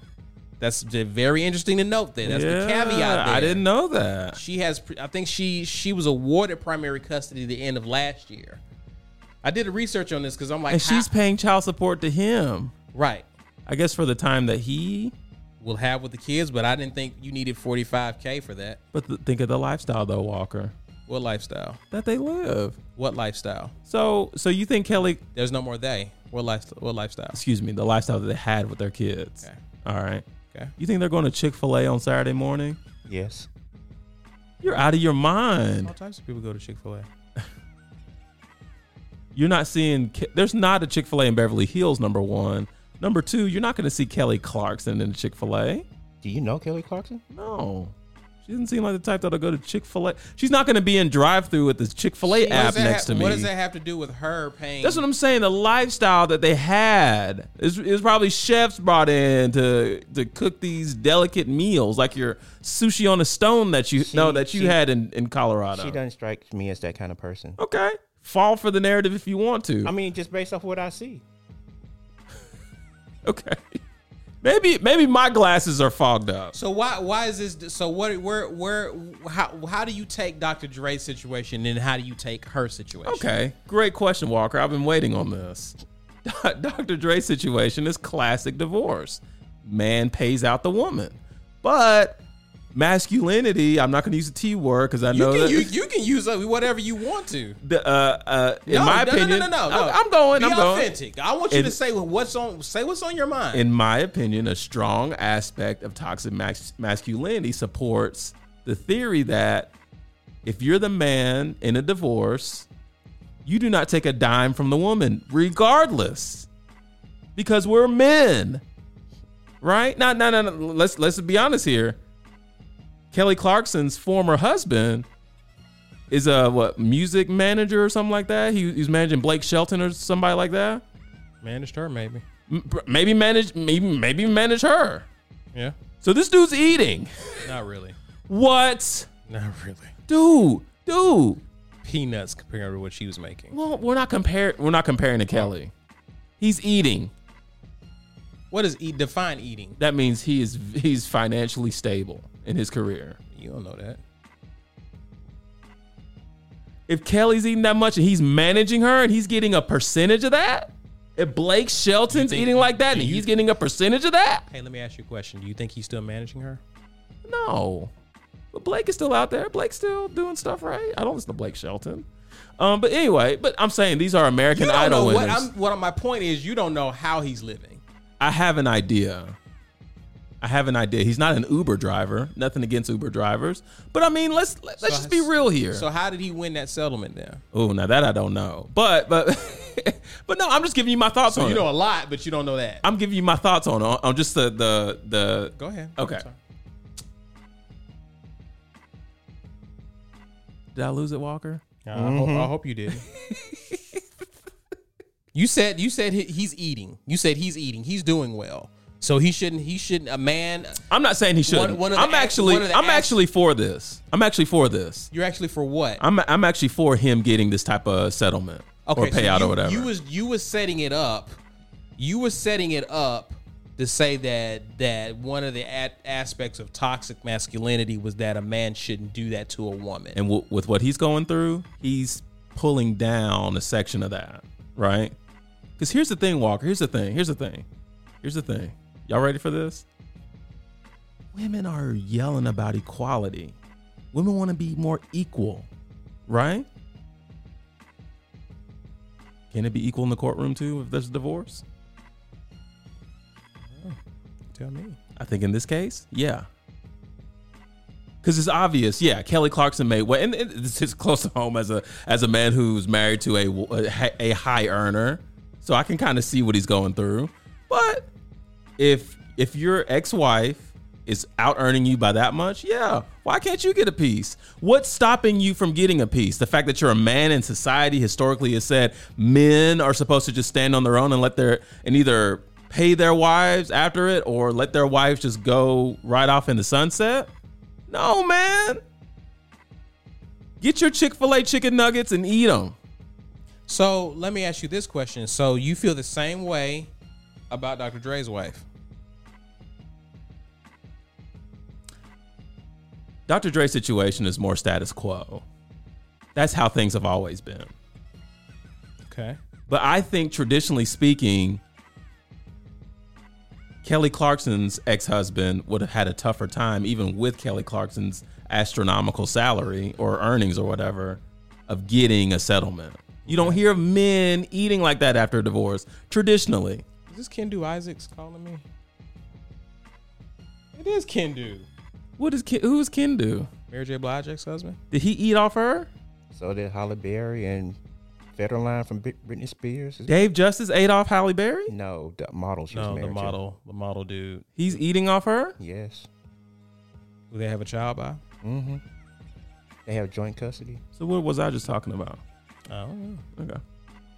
That's j- very interesting to note there. That's the yeah, caveat there. I didn't know that. She has pr- I think she she was awarded primary custody the end of last year. I did a research on this cuz I'm like And she's how- paying child support to him. right. I guess for the time that he, We'll have with the kids, but I didn't think you needed 45k for that. but th- think of the lifestyle though, Walker, What lifestyle? that they live. What lifestyle? So, so you think Kelly? There's no more they. What lifestyle? What lifestyle? Excuse me, the lifestyle that they had with their kids. Okay. All right. Okay. You think they're going to Chick Fil A on Saturday morning? Yes. You're out of your All mind. types of people go to Chick Fil A. You're not seeing. Ke- There's not a Chick Fil A in Beverly Hills. Number one. Number two, you're not going to see Kelly Clarkson in Chick Fil A. Do you know Kelly Clarkson? No. She doesn't seem like the type that'll go to Chick Fil A. She's not going to be in drive through with this Chick Fil A app next to me. What does that have to do with her paying? That's what I'm saying. The lifestyle that they had is is probably chefs brought in to to cook these delicate meals, like your sushi on a stone that you She- no that you she- had in in Colorado. She doesn't strike me as that kind of person. Oh. okay, fall for the narrative if you want to. I mean, just based off what I see. okay, [LAUGHS] maybe maybe my glasses are fogged up. so why why is this? So what? Where where? How how do you take Dr. Dre's situation and how do you take her situation? Okay, great question, Walker. I've been waiting on this. [LAUGHS] Dr. Dre's situation is classic divorce. Man pays out the woman, but masculinity. I'm not going to use the T word because I You know can that you, you can use uh, whatever you want to. the, uh, uh, in No, my no, opinion, no, no, no, no. I'm, I'm going. Be I'm going. authentic. I want you In- to say what's on say what's on your mind. In my opinion, a strong aspect of toxic mas- masculinity supports the theory that if you're the man in a divorce, you do not take a dime from the woman, regardless, because we're men, right? No, no, no, no. Let's let's be honest here. Kelly Clarkson's former husband is a what music manager or something like that. He, he's managing Blake Shelton or somebody like that. Managed her maybe. M- Maybe manage maybe maybe manage her. Yeah. So this dude's eating. Not really. What? Not really. Dude, dude. Peanuts compared to what she was making. Well, we're not compare we're not comparing to Kelly. He's eating. What does eat define eating? That means he is he's financially stable in his career. You don't know that. If Kelly's eating that much and he's managing her and he's getting a percentage of that, if Blake Shelton's think- eating like that and do you- he's getting a percentage of that, Hey, let me ask you a question. Do you think he's still managing her? No. But Blake is still out there. Blake's still doing stuff, right? I don't listen to Blake Shelton. Um, but anyway, but I'm saying these are American You don't Idol know winners. what I'm. What my point is, you don't know how he's living. I have an idea. I have an idea. He's not an Uber driver. Nothing against Uber drivers, but I mean, let's let's just be real here. So how did he win that settlement then? oh, now that I don't know, but [LAUGHS] but but no, I'm just giving you my thoughts on You it. know a lot, but you don't know that. I'm giving you my thoughts on on, on just the the the Go ahead. Okay. I'm sorry. Did I lose it, Walker? I, hope, I hope you did. [LAUGHS] you said you said he- he's eating. You said he's eating. He's doing well. So he shouldn't. He shouldn't. A man. I'm not saying he shouldn't. one of the I'm act- actually one of the I'm act- actually for this. I'm actually for this. You're actually for what? I'm I'm actually for him getting this type of settlement or so payout you, or whatever. You was you was setting it up. You were setting it up to say that that one of the at aspects of toxic masculinity was that a man shouldn't do that to a woman. and w- with what he's going through, he's pulling down a section of that, right? Because here's the thing, Walker. Here's the thing. Here's the thing. Here's the thing. Y'all ready for this? Women are yelling about equality. Women want to be more equal, right? Can it be equal in the courtroom too if there's a divorce? Tell me. I think in this case, yeah. Because it's obvious, yeah. Kelly Clarkson made well, and, and this is close to home as a as a man who's married to a a, high earner, so I can kind of see what he's going through. But if if your ex wife is out earning you by that much, yeah, why can't you get a piece? What's stopping you from getting a piece? The fact that you're a man in society historically has said men are supposed to just stand on their own and let their and either pay their wives after it or let their wives just go right off in the sunset. No, man. Get your Chick fil A chicken nuggets and eat them. So let me ask you this question. So you feel the same way about Dr. Dre's wife? Dr. Dre's situation is more status quo. That's how things have always been. Okay. But I think traditionally speaking, Kelly Clarkson's ex husband would have had a tougher time, even with Kelly Clarkson's astronomical salary or earnings or whatever, of getting a settlement. You don't hear of men eating like that after a divorce traditionally. Is this Kendu Isaacs calling me? It is Kendu. What is Ken, who's Ken do? Mary J. Blige ex husband? Did he eat off her? So did Halle Berry and Federline from Brit- Britney Spears. Dave Justice ate off Halle Berry? No, the model she was No, married the model, the model dude. He's eating off her? to. Yes. Who they have a child by? Mm-hmm. They have joint custody. So what was I just talking about? I don't know. Okay.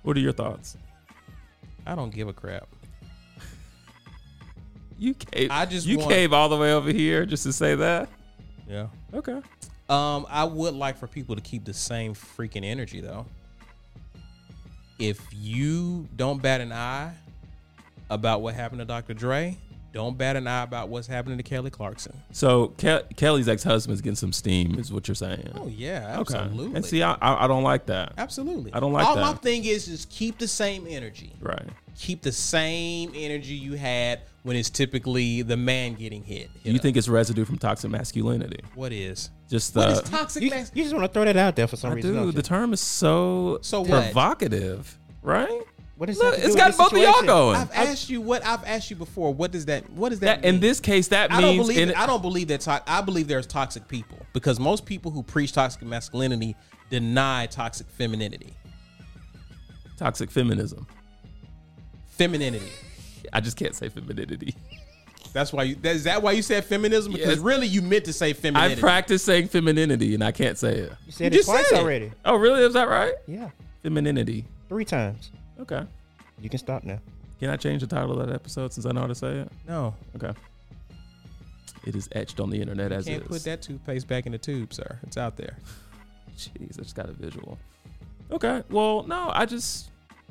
What are your thoughts? I don't give a crap. You cave. I just you want- cave all the way over here just to say that. Yeah. Okay. Um, I would like for people to keep the same freaking energy though. If you don't bat an eye about what happened to Dr. Dre, don't bat an eye about what's happening to Kelly Clarkson. So Ke- Kelly's ex husband's getting some steam, is what you're saying. Oh yeah, absolutely. And see, I, I I don't like that. absolutely. I don't like All that. my thing is is keep the same energy. Right. Keep the same energy you had when it's typically the man getting hit. Do you know? think it's residue from toxic masculinity? what is? Just the What is toxic [LAUGHS] You, mas- you just want to throw that out there for some I reason. do. don't The you? term is so So what? provocative, right? What is Look, that to it's do with got this both of y'all situation? going. I've asked you what I've asked you before. What does that? What does that? That- in mean? this case, that I don't means believe. in- I don't believe that. To- I believe there's toxic people because most people who preach toxic masculinity deny toxic femininity. toxic feminism. Femininity. I just can't say femininity. That's why you. That, is that why you said feminism? Because Yes. really, you meant to say I femininity. practice saying femininity and I can't say it. You said You it just twice said it. already. Oh, really? Is that right? Yeah, Femininity. three times. Okay. You can stop now. Can I change the title of that episode since I know how to say it? no, Okay. It is etched on the internet as can't is. put that toothpaste back in the tube, sir. It's out there. Jeez, I just got a visual. Okay. Well, no, I just.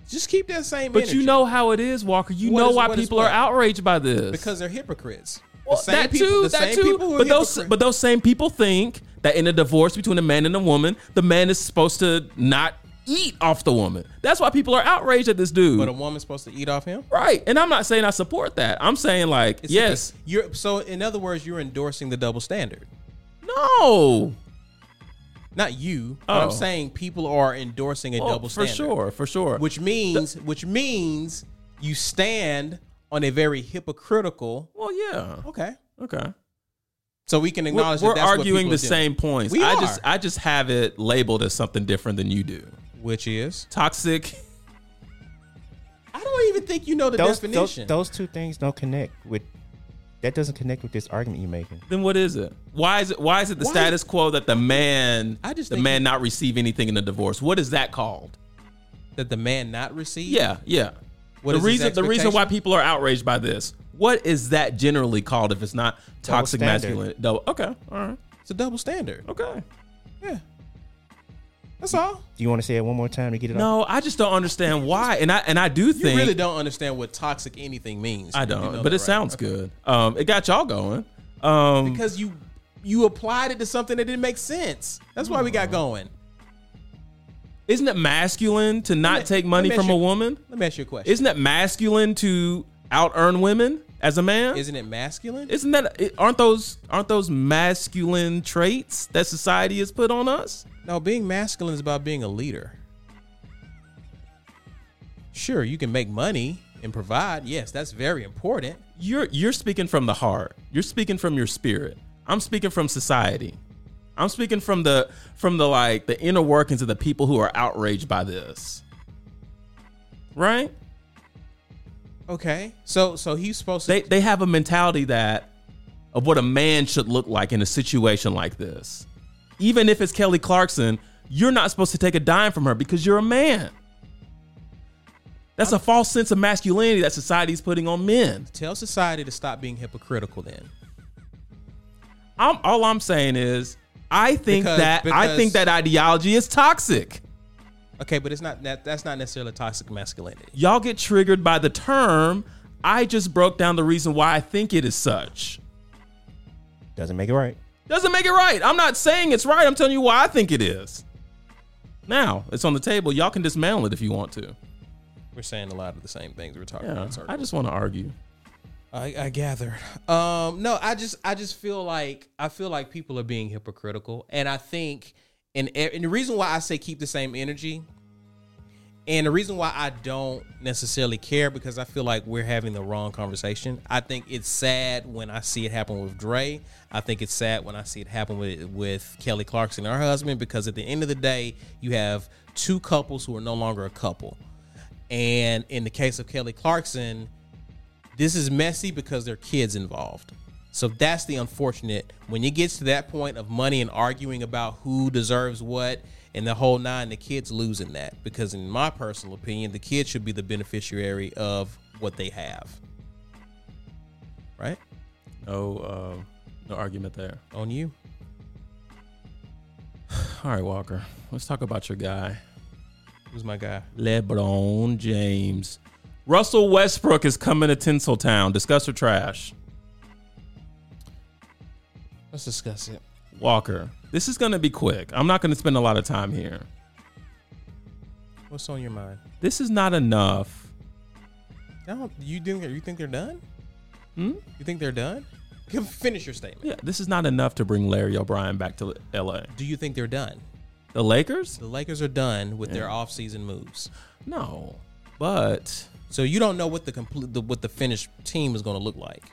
Just keep that same. But energy you know how it is, Walker. You What know is- why what is people are what? outraged by this because they're hypocrites. The Well, same that people- too. the That same too. people who are But those, hypocrites- but those same people think that in a divorce between a man and a woman, the man is supposed to not eat off the woman. That's why people are outraged at this dude. but a woman's supposed to eat off him. right. And I'm not saying I support that. I'm saying like, It's yes, okay. You're so in other words, you're endorsing the double standard. no. Not you. But Oh. I'm saying people are endorsing a Oh, double for standard. sure, for sure. Which means which means you stand on a very hypocritical well, yeah. Okay. Okay. So we can We're, acknowledge we're that that's arguing the what people are doing. same points. We I are. just I just have it labeled as something different than you do. which is Toxic. I don't even think you know the Those, those definition. those two things don't connect with. That doesn't connect with this argument you're making. Then what is it? Why is it? Why is it the Why- status quo that the man, I just the think- man not receive anything in the divorce? What is that called? that the man not received. Yeah, yeah. What the is his reason the reason why expectation? people are outraged by this? What is that generally called if it's not toxic standard. masculine? Double. Okay. All right. It's a double standard. Okay. Yeah. That's That's all. Do you want to say it one more time to get it off? No, I just don't understand why. And I and I do You think really don't understand what toxic anything means. I You do don't, know but that, it right? sounds good. Um, it got y'all going. Um, because you you applied it to something that didn't make sense. That's why we Hmm. got going. isn't it masculine to Let not me- take let money me from ask a you- woman? Let me ask you a question. Isn't it masculine to out earn women as a man? Isn't it masculine? Isn't that it- aren't those aren't those masculine traits that society has put on us? No, being masculine is about being a leader. Sure, you can make money and provide. Yes, that's very important. You're you're speaking from the heart. You're speaking from your spirit. I'm speaking from society. I'm speaking from the from the like the inner workings of the people who are outraged by this. Right? Okay. So so he's supposed to They they have a mentality that of what a man should look like in a situation like this. Even if it's Kelly Clarkson, you're not supposed to take a dime from her because you're a man. That's a false sense of masculinity that society's putting on men. tell society to stop being hypocritical then. I'm, all I'm saying is, I think Because- that I because- think that ideology is toxic. Okay, but it's not that that's not necessarily toxic masculinity. Y'all get triggered by the term. I just broke down the reason why I think it is such. Doesn't make it right. Doesn't make it right. I'm not saying it's right. I'm telling you why I think it is. Now it's on the table. Y'all can dismantle it if you want to. We're saying a lot of the same things we're talking Yeah, about. I just want to argue. I, I gathered. Um, no, I just I just feel like I feel like people are being hypocritical, and I think and and the reason why I say keep the same energy, and the reason why I don't necessarily care because I feel like we're having the wrong conversation. I think it's sad when I see it happen with Dre. I think it's sad when I see it happen with with Kelly Clarkson and her husband because at the end of the day, you have two couples who are no longer a couple. And in the case of Kelly Clarkson, this is messy because there are kids involved. So that's the unfortunate. When it gets to that point of money and arguing about who deserves what and the whole nine, the kids losing that. Because in my personal opinion, the kids should be the beneficiary of what they have. Right? No, uh, no argument there. On you. All right, Walker. Let's talk about your guy, Who's my guy? LeBron James. Russell Westbrook is coming to Tinseltown. Discuss or trash, Let's discuss it. Walker. This is going to be quick. I'm not going to spend a lot of time here. What's on your mind? This is not enough. No, you think you think they're done? Hmm? You think they're done? Can- Finish your statement. Yeah, this is not enough to bring Larry O'Brien back to LA. Do you think they're done? The Lakers? The Lakers are done with their offseason moves. No, but So you don't know what the complete the, what the finished team is going to look like.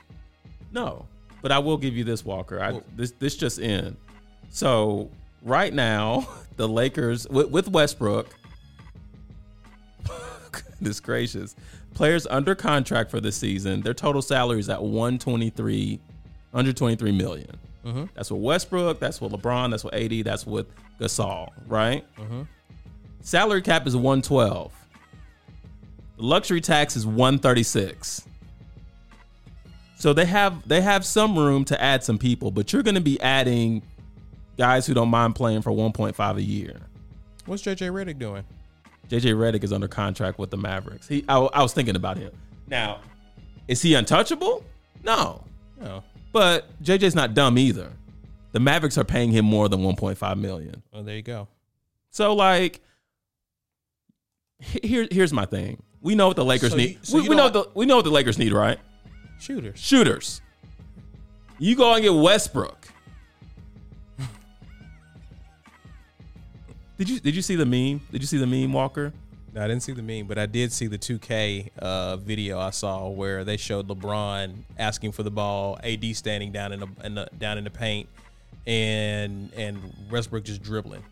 No, but I will give you this, Walker. I, Well- this this just in. So right now, [LAUGHS] the Lakers with, with Westbrook. [LAUGHS] goodness gracious, players under contract for this season. Their total salary is at 123, 123 million. That's with Westbrook. That's with LeBron. That's with AD. That's with Gasol. Right. Salary cap is one twelve. The luxury tax is one thirty six. So they have they have some room to add some people, but you're going to be adding guys who don't mind playing for 1.5 a year. What's JJ Redick doing? JJ Redick is under contract with the Mavericks. He I, I was thinking about him. Now, is he untouchable? No. No, But JJ's not dumb either. The Mavericks are paying him more than 1.5 million. well Oh, there you go. So like he- here here's my thing. We know what the Lakers So you- need. so we you we know don't- the, we know what the Lakers need, right? Shooters. shooters. You go and get Westbrook. did you did you see the meme? Did you see the meme, Walker? No, I didn't see the meme, but I did see the 2K uh, video I saw where they showed LeBron asking for the ball, AD standing down in the, in the down in the paint, and and Westbrook just [LAUGHS] dribbling.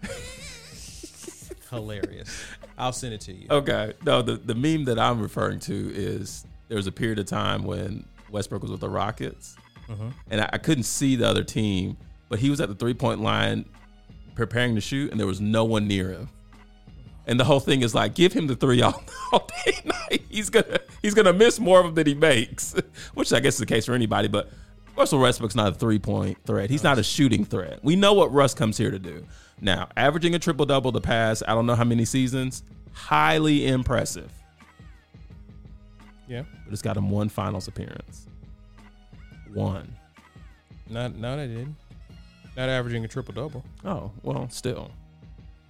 Hilarious. I'll send it to you. Okay. No, the, the meme that I'm referring to is there was a period of time when Westbrook was with the Rockets, and I, I couldn't see the other team, but he was at the three point line preparing to shoot, and there was no one near him. And the whole thing is like, give him the three all, [LAUGHS] all day [LAUGHS] and night. He's gonna he's gonna miss more of them than he makes, which I guess is the case for anybody. But Russell Westbrook's not a three point threat. He's not a shooting threat. We know what Russ comes here to do. Now, averaging a triple double the past, I don't know how many seasons, highly impressive. Yeah. But it's got him one finals appearance. One. Not not I did. Not averaging a triple double. Oh, well, still.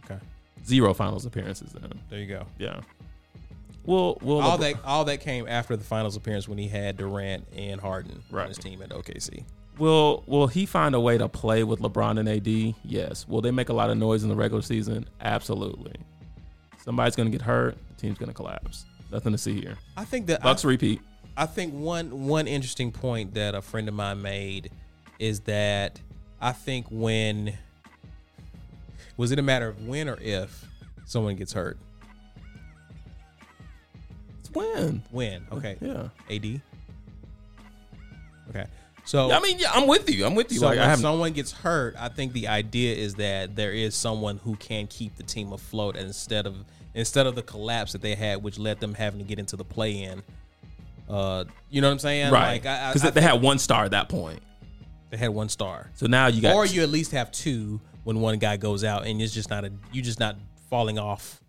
Okay. Zero finals appearances then. There you go. Yeah. Well, well, All LeBron- that all that came after the finals appearance when he had Durant and Harden on Right. his team at OKC. Will will he find a way to play with LeBron and AD? Yes. Will they make a lot of noise in the regular season? Absolutely. Somebody's going to get hurt. The team's going to collapse. Nothing to see here. I think that Bucks repeat. I think one one interesting point that a friend of mine made is that I think when was it a matter of when or if someone gets hurt? It's win. When? Okay. Yeah. AD. Okay. So I mean, yeah, I'm with you. I'm with you. so like I when have someone gets hurt, I think the idea is that there is someone who can keep the team afloat and instead of instead of the collapse that they had, which led them having to get into the play in. Uh, you know what I'm saying? right Like I, I, because I they had one star at that point. they had one star. So now you got or you at least have two when one guy goes out and it's just not a you just not falling off.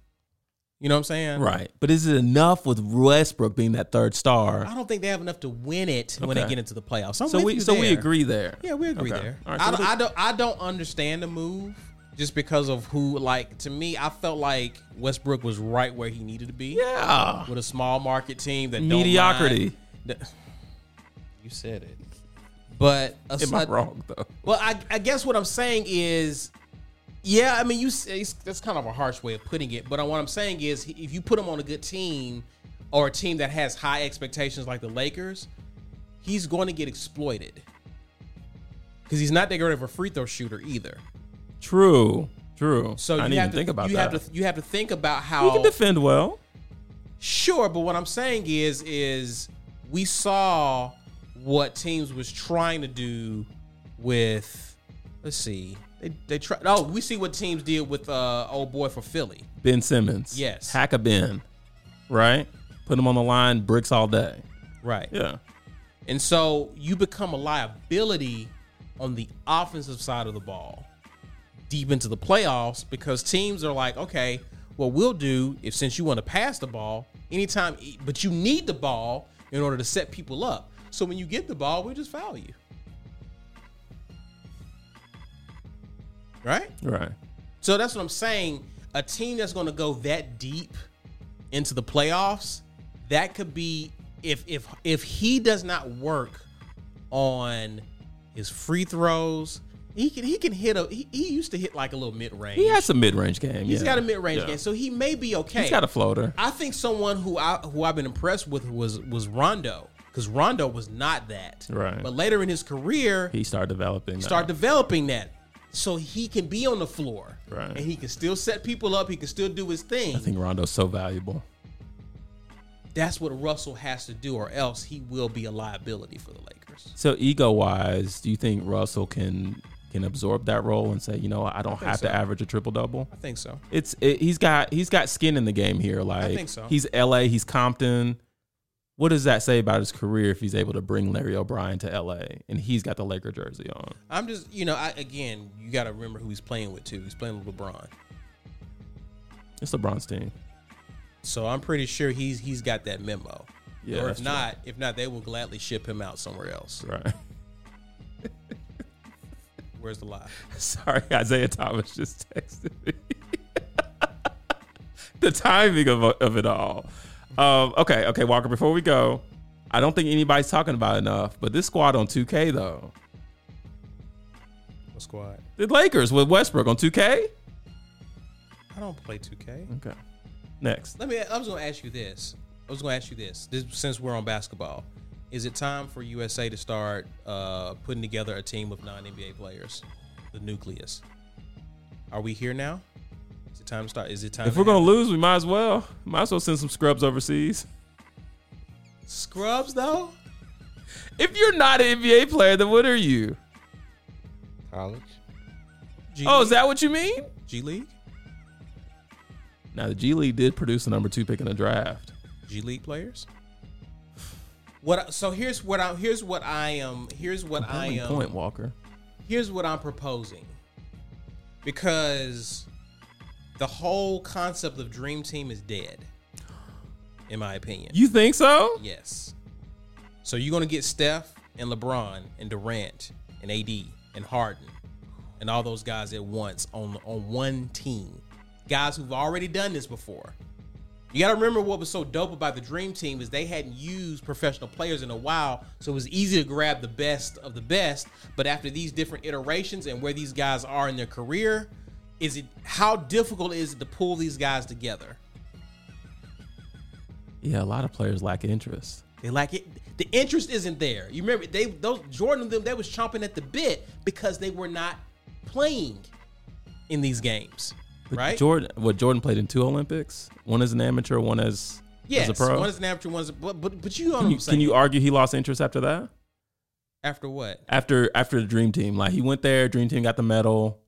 You know what I'm saying? right. But is it enough with Westbrook being that third star? I don't think they have enough to win it when they Okay. get into the playoffs. I'm So with we you so we there. agree there. Yeah, we agree Okay. there. All right, I, so don't, what I do- don't I don't understand the move just because of who like to me I felt like Westbrook was right where he needed to be yeah. with a small market team that Mediocrity. Don't mind, You said it. but a, Am I slight- wrong though? Well, I, I guess what I'm saying is, yeah, I mean, you say- it's, that's kind of a harsh way of putting it, but what I'm saying is, if you put him on a good team or a team that has high expectations like the Lakers, he's going to get exploited because he's not that great of a free throw shooter either. True. True. So I you didn't have even to think about you that. have to Oh. you have to think about he how can defend well. Sure, but what I'm saying is is we saw what teams was trying to do with let's see. They they try oh, we see what teams did with uh old boy for Philly. Ben Simmons. Yes. Hack a Ben. Right? Put him on the line, bricks all day. Right. Yeah. And so you become a liability on the offensive side of the ball deep into the playoffs because teams are like, okay, what we'll do if since you want to pass the ball anytime, but you need the ball in order to set people up. So when you get the ball, we'll just foul you. Right? Right. So that's what I'm saying. A team that's going to go that deep into the playoffs, that could be if if if he does not work on his free throws, he can he can hit a he, he used to hit like a little mid range. He has a mid range game. He's yeah. got a mid range Yeah. game, so he may be okay. He's got a floater. I think someone who I who I've been impressed with was was Rondo because Rondo was not that. Right. But later in his career, He started developing. that. start developing that so he can be on the floor Right. and he can still set people up he can still do his thing I think Rondo's so valuable. that's what russell has to do or else he will be a liability for the lakers So ego wise, do you think Russell can can absorb that role and say, you know, I don't have so. to average a triple double? i think so It's it, he's got he's got skin in the game here. Like think so. he's LA, he's Compton. What does that say about his career if he's able to bring Larry O'Brien to LA and he's got the Laker jersey on? i'm just you know I, again you got to remember who he's playing with too he's playing with lebron It's LeBron's team. so i'm pretty sure he's he's got that memo Yeah, or that's if true. not if not they will gladly ship him out somewhere else Right. [LAUGHS] where's the [LAUGHS] lie Sorry, Isaiah Thomas just texted me. [LAUGHS] the timing of, of it all. Um, okay, okay, Walker, before we go, I don't think anybody's talking about it enough, but this squad on 2K, though. what squad The Lakers with Westbrook on 2K? i don't play 2k Okay. Next. Let me. I was going to ask you this. I was going to ask you this. this. Since we're on basketball, is it time for USA to start uh, putting together a team of non NBA players, the nucleus? Are we here now? Is it time to start? Is it time? If we're to going have- to lose, we might as well. Might as well send some scrubs overseas. scrubs though, If you're not an NBA player, then what are you? College. G Oh, is League? that what you mean? G League? Now, the G League did produce a number two pick in the draft. G League players? What? I- So here's what I here's what I am here's what I Compelling am point, Walker. here's what I'm proposing. Because the whole concept of Dream Team is dead, in my opinion. You think so? Yes. So you're gonna get Steph and LeBron and Durant and AD and Harden and all those guys at once on on one team. Guys who've already done this before. You gotta remember what was so dope about the Dream Team is they hadn't used professional players in a while, so it was easy to grab the best of the best. But after these different iterations and where these guys are in their career, is it how difficult is it to pull these guys together? Yeah, a lot of players lack interest. They like it. The interest isn't there. You remember they those Jordan and them they was chomping at the bit because they were not playing in these games, But right? Jordan, what Jordan played in two Olympics. One as an amateur, one as yes, as a pro. one is an amateur, one is a, but, but but you know what can, I'm you, saying. can you argue he lost interest after that? after what? After after the Dream Team, like he went there, Dream Team got the medal.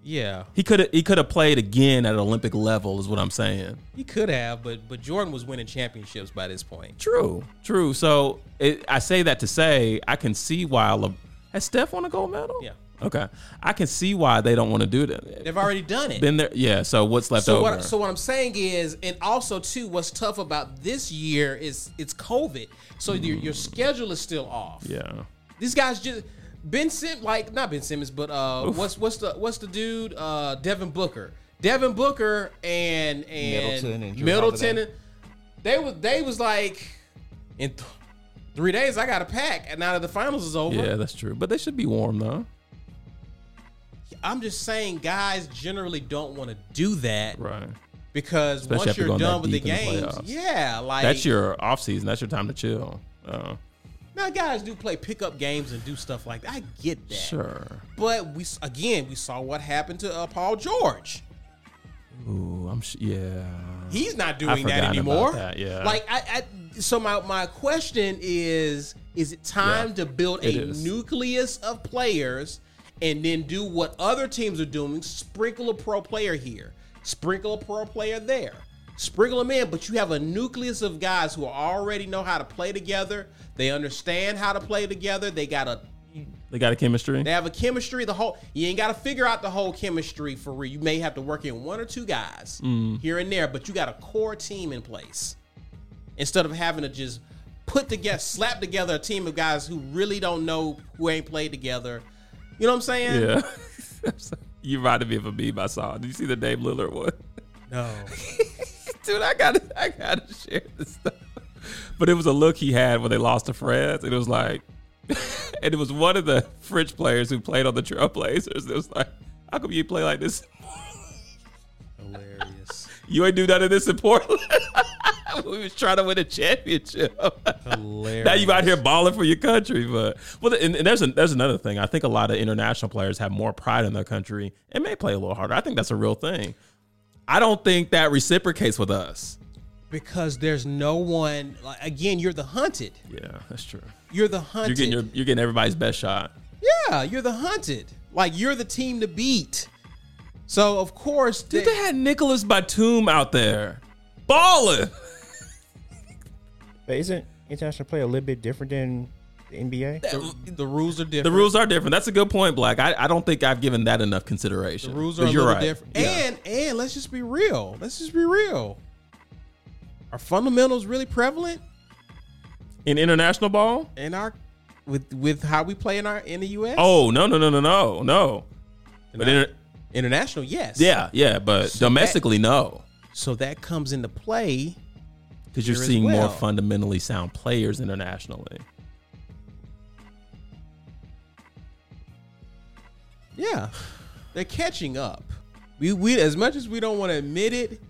Yeah, He could have he could have played again at an Olympic level, is what I'm saying. he could have, but but Jordan was winning championships by this point. True, true. So it, I say that to say I can see why. Le- Has Steph won a gold medal? Yeah. Okay, I can see why they don't want to do that. They've already done it. been there. Yeah. So what's left so over? what, so what I'm saying is, and also too, what's tough about this year is it's COVID, so your, your schedule is still off. yeah. These guys just Ben Sim like not Ben Simmons, but uh, what's what's the what's the dude? Uh, Devin Booker, Devin Booker, and and Middleton and Drew Middleton. Holiday. They was they was like in th- three days I got a pack, and now that the finals is over, Yeah, that's true. But they should be warm though. I'm just saying guys generally don't want to do that Right. because Especially once after you're going done that with the deep in the games, playoffs. yeah, like That's your off season. That's your time to chill. Uh, now guys do play pickup games and do stuff like that. I get that, sure. but we s- again we saw what happened to uh, Paul George. Ooh, I'm sh- yeah. He's not I doing that forgotten about anymore. that, yeah. Like I, I so my my question is is it time Yeah, to build it a is. nucleus of players and then do what other teams are doing, sprinkle a pro player here, sprinkle a pro player there. Sprinkle them in, but you have a nucleus of guys who already know how to play together. They understand how to play together. They got a They got a chemistry. they have a chemistry. The whole you ain't got to figure out the whole chemistry for real. You may have to work in one or two guys Mm. here and there, but you got a core team in place instead of having to just put together, slap together a team of guys who really don't know who ain't played together. You know what I'm saying? yeah. [LAUGHS] you reminded me of a meme I saw. Did you see the Dame Lillard one? No. [LAUGHS] Dude, I gotta I gotta share this stuff. But it was a look he had when they lost to France, and it was like [LAUGHS] and it was one of the French players who played on the Trailblazers. It was like, how come you play like this? Hilarious. You ain't do none of this in Portland. [LAUGHS] we was trying to win a championship. [LAUGHS] [LAUGHS] Hilarious. now you out here balling for your country, but well, and, and there's a, there's another thing. I think a lot of international players have more pride in their country and may play a little harder. I think that's a real thing. I don't think that reciprocates with us. because there's no one. Like, again, you're the hunted. Yeah, that's true. You're the hunted. You're getting your, you're getting everybody's best shot. yeah, you're the hunted. Like you're the team to beat. So of course, Dude, they had Nicholas Batum out there balling. But isn't international play a little bit different than the NBA? the, the rules are different. The rules are different. That's a good point, Black. I, I don't think I've given that enough consideration. The rules But are a you're little right. different. Yeah. And and let's just be real. Let's just be real. Are fundamentals really prevalent in international ball, in our with with how we play in our in the US? Oh no no no no no no! In But our- inter- international, yes. yeah yeah, but domestically no, So that comes into play. because you're Here as seeing more well. fundamentally sound players internationally. Yeah. They're catching up. We we as much as we don't want to admit it,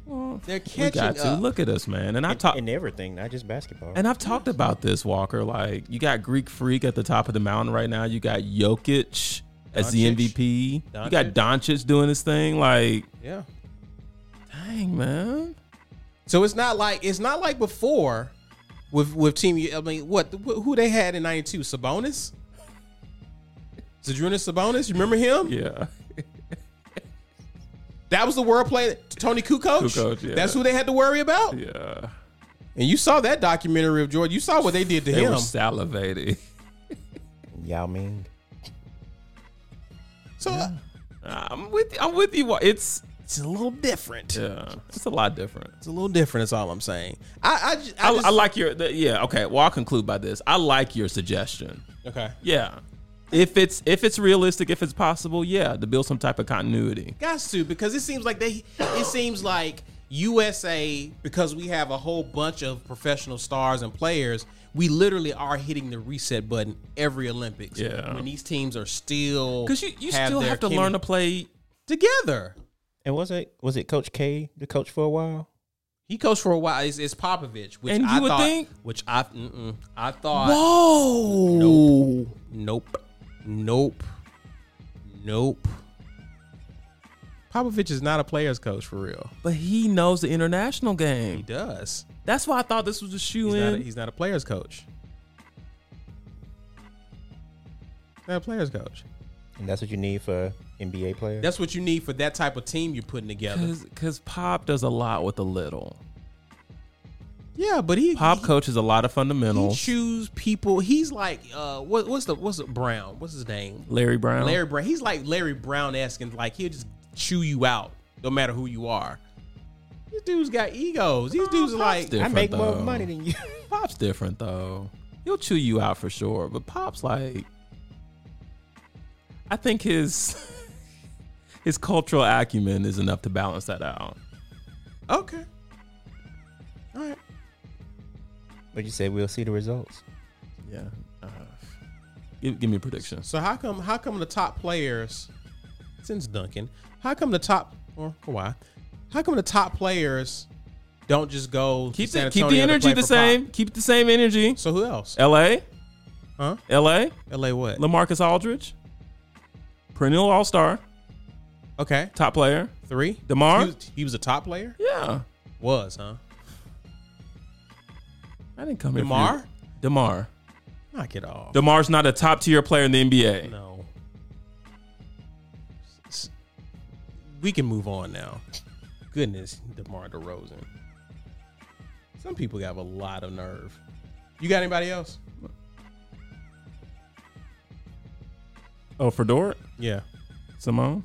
they're We catching got to up. look at us, man. And I In, talk in everything, not just basketball. and I've talked about this, Walker. Like you got Greek Freak at the top of the mountain right now. You got Jokic as the Doncic. MVP. You got Doncic doing his thing. Like yeah. dang man, So it's not like it's not like before with with team. U- I mean, what who they had in '92? Sabonis, Zadrunas Sabonis. You remember him? yeah. That was the world player, Tony Kukoc. Kukoc, yeah. That's who they had to worry about. Yeah. And you saw that documentary of Jordan. You saw what they did to They him. were salivating. Yao Ming. So I'm with you. I'm with you. It's uh, it's a little different. yeah, it's a lot different. It's a little different. Is all I'm saying. I I, ju- I I, just- I like your the, yeah. Okay, well I'll conclude by this. I like your suggestion. okay. Yeah, if it's if it's realistic, if it's possible, yeah, to build some type of continuity. Got to because it seems like they. It seems like USA because we have a whole bunch of professional stars and players. We literally are hitting the reset button every Olympics. Yeah. When these teams are still Because you, you still their have to chemi- learn to play. together. And was it was it Coach K the coach for a while? He coached for a while. It's, it's Popovich, which And I you would thought, think- which I mm-mm, I thought. Whoa! Nope. Nope. Nope. Popovich is not a player's coach for real. But he knows the international He game. does. That's why I thought this was a shoe He's not a, in. he's not a player's coach. Not a player's coach. And that's what you need for NBA players. That's what you need for that type of team you're putting together. Because Pop does a lot with a little. Yeah, but he Pop he- coaches a lot of he fundamentals. choose people. He's like uh, what, what's the what's the Brown? What's his name? Larry Brown. Larry Brown. He's like Larry Brown asking, like he'll just chew you out, no matter who you are. These dudes got egos. These dudes are like, different, I make though. more money than you. [LAUGHS] Pop's different though. He'll chew you out for sure, but Pop's like I think his [LAUGHS] his cultural acumen is enough to balance that out. okay, all right. but you said we'll see the results. Yeah. Uh, give, give me a prediction. So how come how come the top players since Duncan, how come the top or Kawhi, how come the top players don't just go Keep to San the, keep the Antonio to energy play the for Pop? same. Keep the same energy. So who else? LA? Huh? LA? LA what? Lamarcus Aldridge? Perennial All Star. Okay, Top player. three. DeMar? He was, he was a top player. Yeah. Was huh? I didn't come here. for DeMar? you. DeMar. Knock it off. DeMar's not a top tier player in the NBA. no. S- We can move on now. Goodness, DeMar DeRozan. Some people have a lot of nerve. You got anybody else? Oh, for Dort? Yeah. Simone?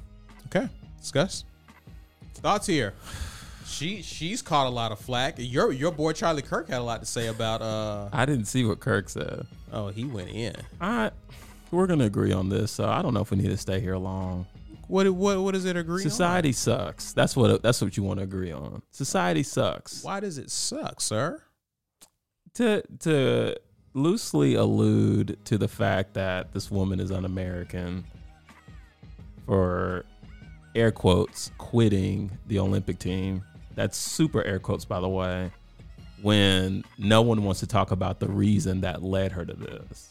Okay, discuss thoughts here. She she's caught a lot of flack. Your your boy Charlie Kirk had a lot to say about. [LAUGHS] uh I didn't see what Kirk said. Oh, he went in. I we're gonna agree on this. So I don't know if we need to stay here long. What what what does it agree? on? Society sucks. That's what that's what you want to agree on. Society sucks. Why does it suck, sir? To to loosely allude to the fact that this woman is un-American for air quotes quitting the Olympic team. That's super air quotes, by the way. When no one wants to talk about the reason that led her to this.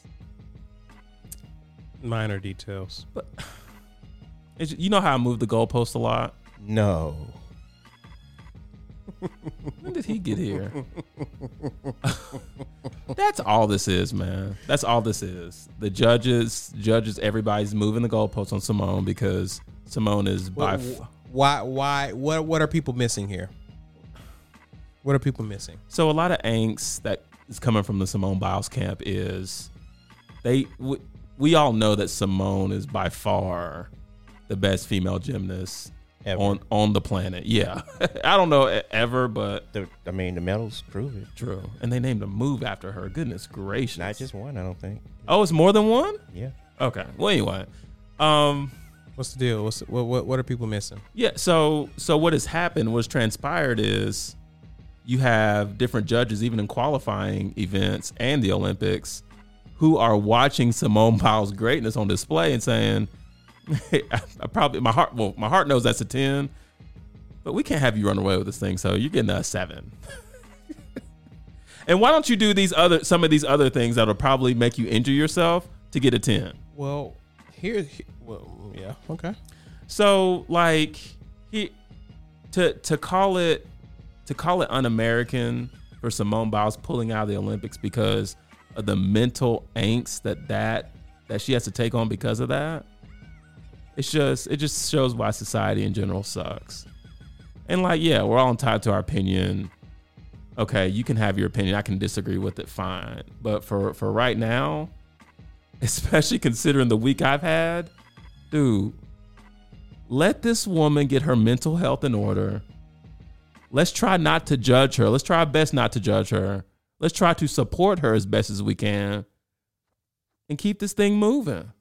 Minor details. [SIGHS] It's, you know how I move the goalpost a lot. No. When did he get here? [LAUGHS] That's all this is, man. That's all this is. The judges, judges, everybody's moving the goalposts on Simone because Simone is by. F- Why why what what are people missing here? What are people missing? so a lot of angst that is coming from the Simone Biles camp is they. We, we all know that Simone is by far the best female gymnast Ever. on on the planet. Yeah, [LAUGHS] I don't know e- ever, but The, I mean, the medals prove it. true. And they named a move after her. Goodness gracious! Not just one, I don't think. Oh, it's more than one. Yeah. Okay. Well, anyway, um, What's the deal? What's what what, what are people missing? yeah. So, so what has happened, what's transpired is you have different judges, even in qualifying events and the Olympics, who are watching Simone [LAUGHS] Biles' greatness on display and saying, I, I probably my heart, well, my heart knows that's a ten, but we can't have you run away with this thing. So you're getting a seven. [LAUGHS] and why don't you do these other some of these other things that'll probably make you injure yourself to get a ten? Well, here, he- well yeah, okay. So like he to to call it to call it un-American for Simone Biles pulling out of the Olympics because of the mental angst that that that she has to take on because of that. It's just it just shows why society in general sucks. And like yeah, we're all entitled to our opinion. okay, you can have your opinion. I can disagree with it, fine. But for for right now, [LAUGHS] especially considering the week I've had, dude, let this woman get her mental health in order. Let's try not to judge her. Let's try our best not to judge her. Let's try to support her as best as we can and keep this thing moving.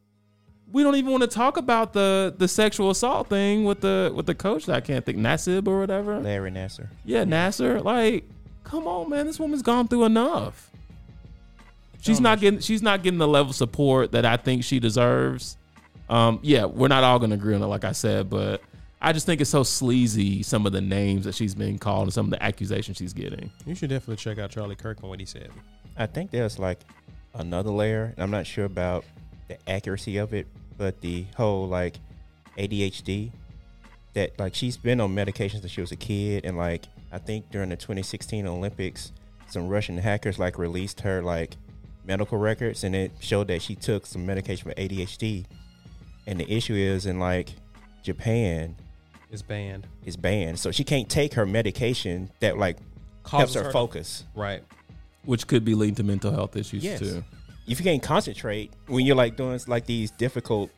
We don't even want to talk about the the sexual assault thing with the with the coach that I can't think Nasib or whatever. Larry Nasser. Yeah, Nasser, like, come on, man. This woman's gone through enough. She's not getting she's not getting the level of support that I think she deserves. Um, yeah, we're not all gonna agree on it, like I said, but I just think it's so sleazy some of the names that she's being called and some of the accusations she's getting. You should definitely check out Charlie Kirk on what he said. I think there's like another layer. and I'm not sure about the accuracy of it, but the whole like ADHD that like she's been on medications since she was a kid, and like I think during the 2016 Olympics, some Russian hackers like released her like medical records, and it showed that she took some medication for ADHD. And the issue is in like Japan It's banned. is banned, so she can't take her medication that like helps Causes her, her to- focus. Right. Which could be leading to mental health issues Yes. too. If you can't concentrate when you're like doing like these difficult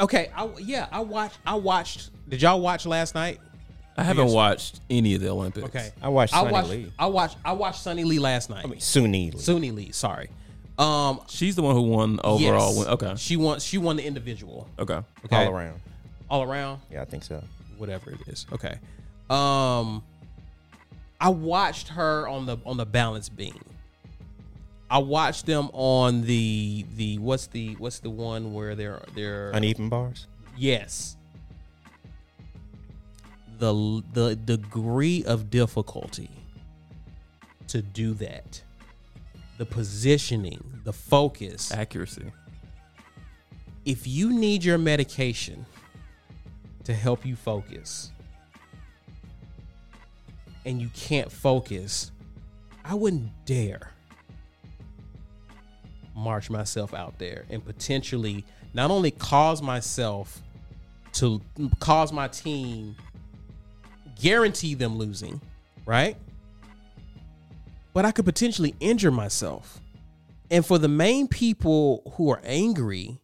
Okay. I, yeah, I watched. I watched. Did y'all watch last night? I haven't Yes. watched any of the Olympics. Okay. I watched I Sonny watched. Lee. I watched. I watched Sunny Lee last night. I mean, Sunni Lee. Sunny Lee. Sorry. Um. She's the one who won overall. yes. win- Okay. She won. She won the individual. Okay. Okay. all around. All around. Yeah, I think so. whatever it is. Okay. Um I watched her on the on the balance beam. I watched them on the the what's the what's the one where they're they're Uneven bars. yes. The the degree of difficulty to do that. The positioning, the focus Accuracy. if you need your medication to help you focus and you can't focus, I wouldn't dare march myself out there and potentially not only cause myself to cause my team guarantee them losing, right? But I could potentially injure myself. And for the main people who are angry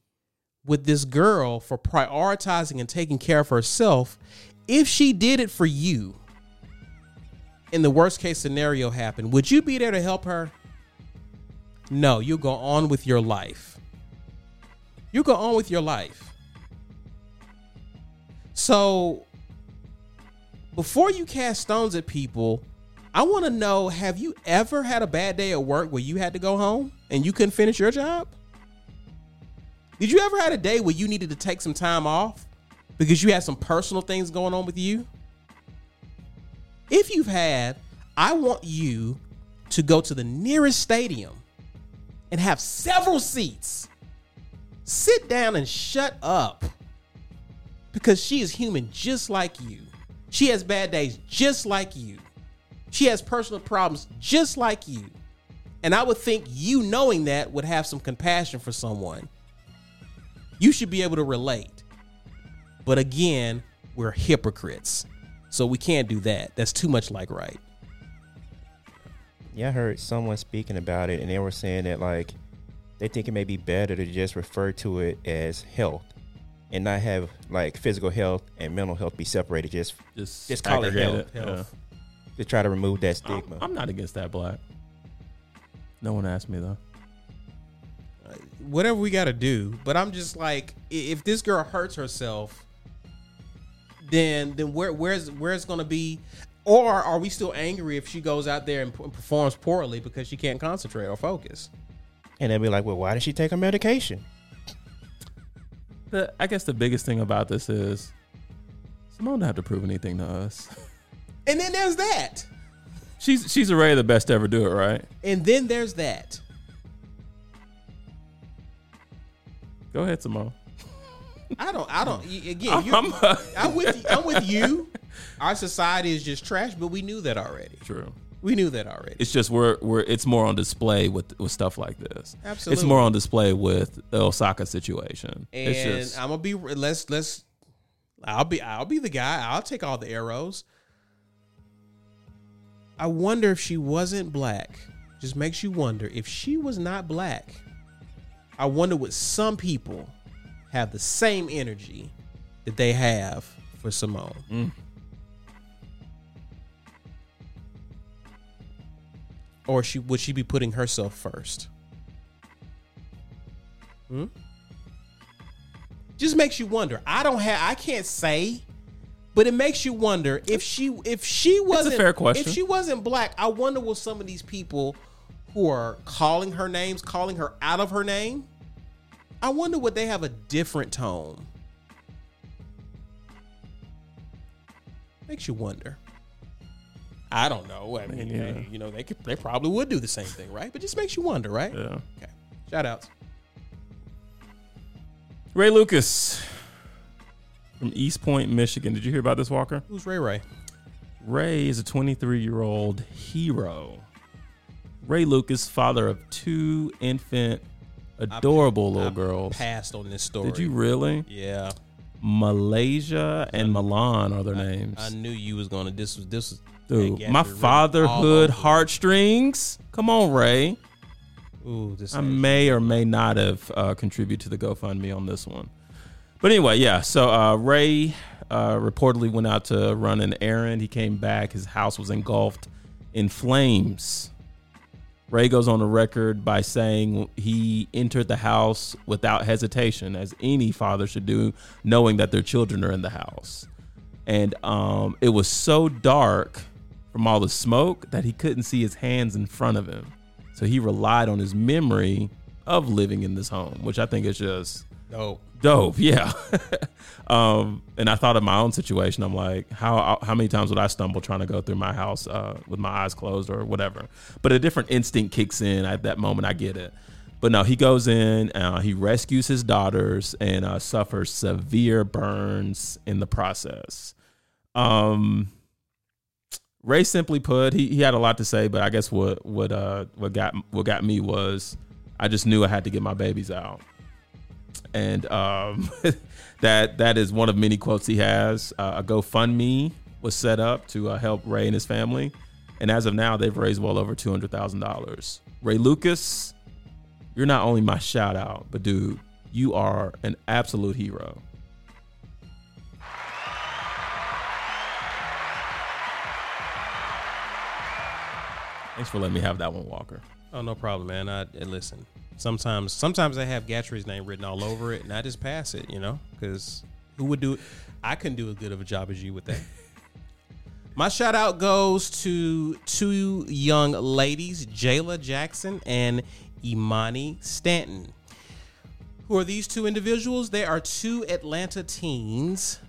with this girl for prioritizing and taking care of herself, if she did it for you, and the worst case scenario happened, would you be there to help her? No, you go on with your life. You go on with your life. So, before you cast stones at people, I want to know have you ever had a bad day at work where you had to go home and you couldn't finish your job? Did you ever had a day where you needed to take some time off because you had some personal things going on with you? If you've had, I want you to go to the nearest stadium and have several seats. Sit down and shut up because she is human just like you. She has bad days just like you. She has personal problems just like you. And I would think you knowing that would have some compassion for someone you should be able to relate. But again, we're hypocrites. So we can't do that. That's too much like right. Yeah, I heard someone speaking about it, and they were saying that like they think it may be better to just refer to it as health, and not have like physical health and mental health be separated. Just Just, Just call it aggregate health. Yeah. Health. to try to remove that stigma. I'm not against that black. No one asked me though. Whatever we got to do, but I'm just like i- if this girl hurts herself, then then where where's where's going to be or are we still angry if she goes out there and p- performs poorly because she can't concentrate or focus? and they'd be like, "Well, why did she take her medication?" The, I guess the biggest thing about this is Simone don't have to prove anything to us. [LAUGHS] And then there's that. She's she's already the best to ever do it, right? And then there's that. Go ahead, Simone. I don't. I don't. y- Again, [LAUGHS] I'm- you, I'm, I'm, uh, with. I'm with you. Our society is just trash, but we knew that already. True. We knew that already. It's just we're we're it's more on display with with stuff like this. Absolutely. It's more on display with the Osaka situation. and it's just I'm gonna be. Let's let's. I'll be. I'll be the guy. I'll take all the arrows. I wonder if she wasn't black. Just makes you wonder if she was not black. I wonder would some people have the same energy that they have for Simone. Mm. Or she would she be putting herself first? Hmm? Just makes you wonder. I don't have I can't say, but it makes you wonder if she if she wasn't fair question. If she wasn't black, I wonder will some of these people who are calling her names, calling her out of her name, I wonder would they have a different tone? Makes you wonder. I don't know. I mean, Yeah. they- you know, they could, they probably would do the same thing, right? But just makes you wonder, right? Yeah. Okay. Shout outs. Ray Lucas from East Point, Michigan. Did you hear about this, Walker? Who's Ray Ray? Ray is a 23 year old hero. Ray Lucas, father of two infant, adorable little girls. Passed on this story. Did you really? Yeah. Malaysia and Milan are their I names. knew you was gonna this was this was Dude, Gap my is really all over fatherhood it. heartstrings. Come on, Ray. Ooh, this I may or may not have uh, contributed to the GoFundMe on this one. But anyway, yeah. So uh, Ray uh, reportedly went out to run an errand. He came back. His house was engulfed in flames. Ray goes on the record by saying he entered the house without hesitation, as any father should do, knowing that their children are in the house. And um, it was so dark from all the smoke that he couldn't see his hands in front of him. So he relied on his memory of living in this home, which I think is just dope. dope. Yeah. [LAUGHS] um, and I thought of my own situation. I'm like, how how many times would I stumble trying to go through my house uh, with my eyes closed or whatever? But a different instinct kicks in at that moment. I get it. But no, he goes in, uh, he rescues his daughters, and uh, suffers severe burns in the process. Um, Ray simply put, he, he had a lot to say, but I guess what what uh what got what got me was I just knew I had to get my babies out and um, [LAUGHS] that that is one of many quotes he has. Uh, a GoFundMe was set up to uh, help Ray and his family, and as of now, they've raised well over two hundred thousand dollars. Ray Lucas, you're not only my shout out, but dude, you are an absolute hero. Thanks for letting me have that one, Walker. Oh no problem, man. I and listen. Sometimes sometimes I have Gatry's name written all over it, and I just pass it, you know, because who would do it? I couldn't do as good of a job as you with that. [LAUGHS] My shout out goes to two young ladies, Jayla Jackson and Imani Stanton. Who are these two individuals? They are two Atlanta teens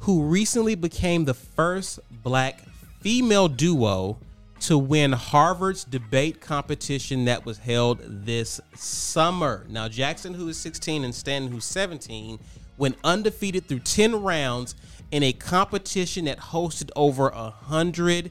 who recently became the first black female duo to win Harvard's debate competition that was held this summer. Now, Jackson, who is 16, and Stanton, who's 17, went undefeated through 10 rounds in a competition that hosted over 100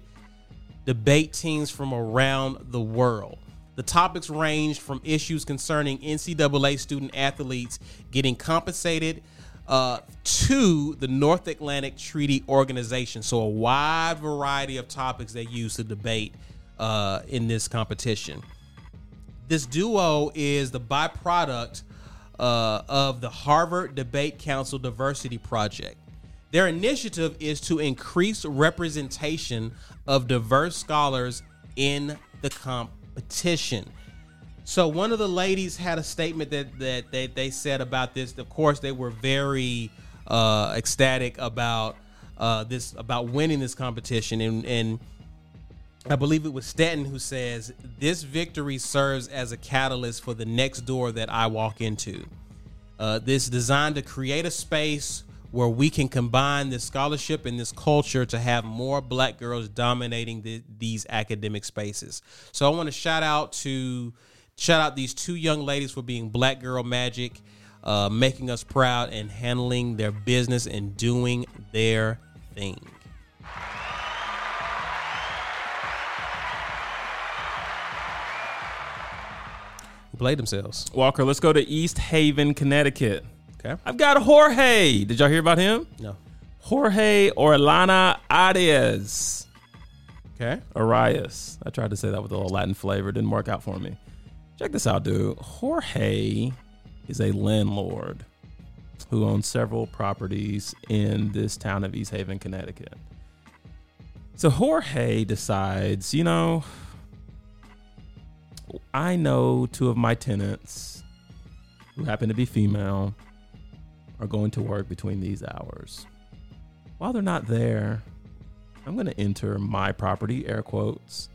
debate teams from around the world. The topics ranged from issues concerning NCAA student athletes getting compensated uh, to the North Atlantic Treaty Organization. So, a wide variety of topics they used to debate uh, in this competition this duo is the byproduct uh, of the Harvard Debate Council Diversity Project. Their initiative is to increase representation of diverse scholars in the competition. So one of the ladies had a statement that that they, they said about this. Of course, they were very uh, ecstatic about uh, this about winning this competition and and I believe it was Stanton who says, This victory serves as a catalyst for the next door that I walk into. Uh, this is designed to create a space where we can combine this scholarship and this culture to have more black girls dominating the, these academic spaces. So I want to shout out to shout out these two young ladies for being black girl magic, uh, making us proud and handling their business and doing their thing. Who played themselves. Walker, let's go to East Haven, Connecticut. Okay. I've got Jorge. Did y'all hear about him? No. Jorge Orlana Arias. Okay. Arias. I tried to say that with a little Latin flavor, didn't work out for me. Check this out, dude. Jorge is a landlord who owns several properties in this town of East Haven, Connecticut. So Jorge decides, you know, I know two of my tenants who happen to be female are going to work between these hours. While they're not there, I'm going to enter my property, air quotes.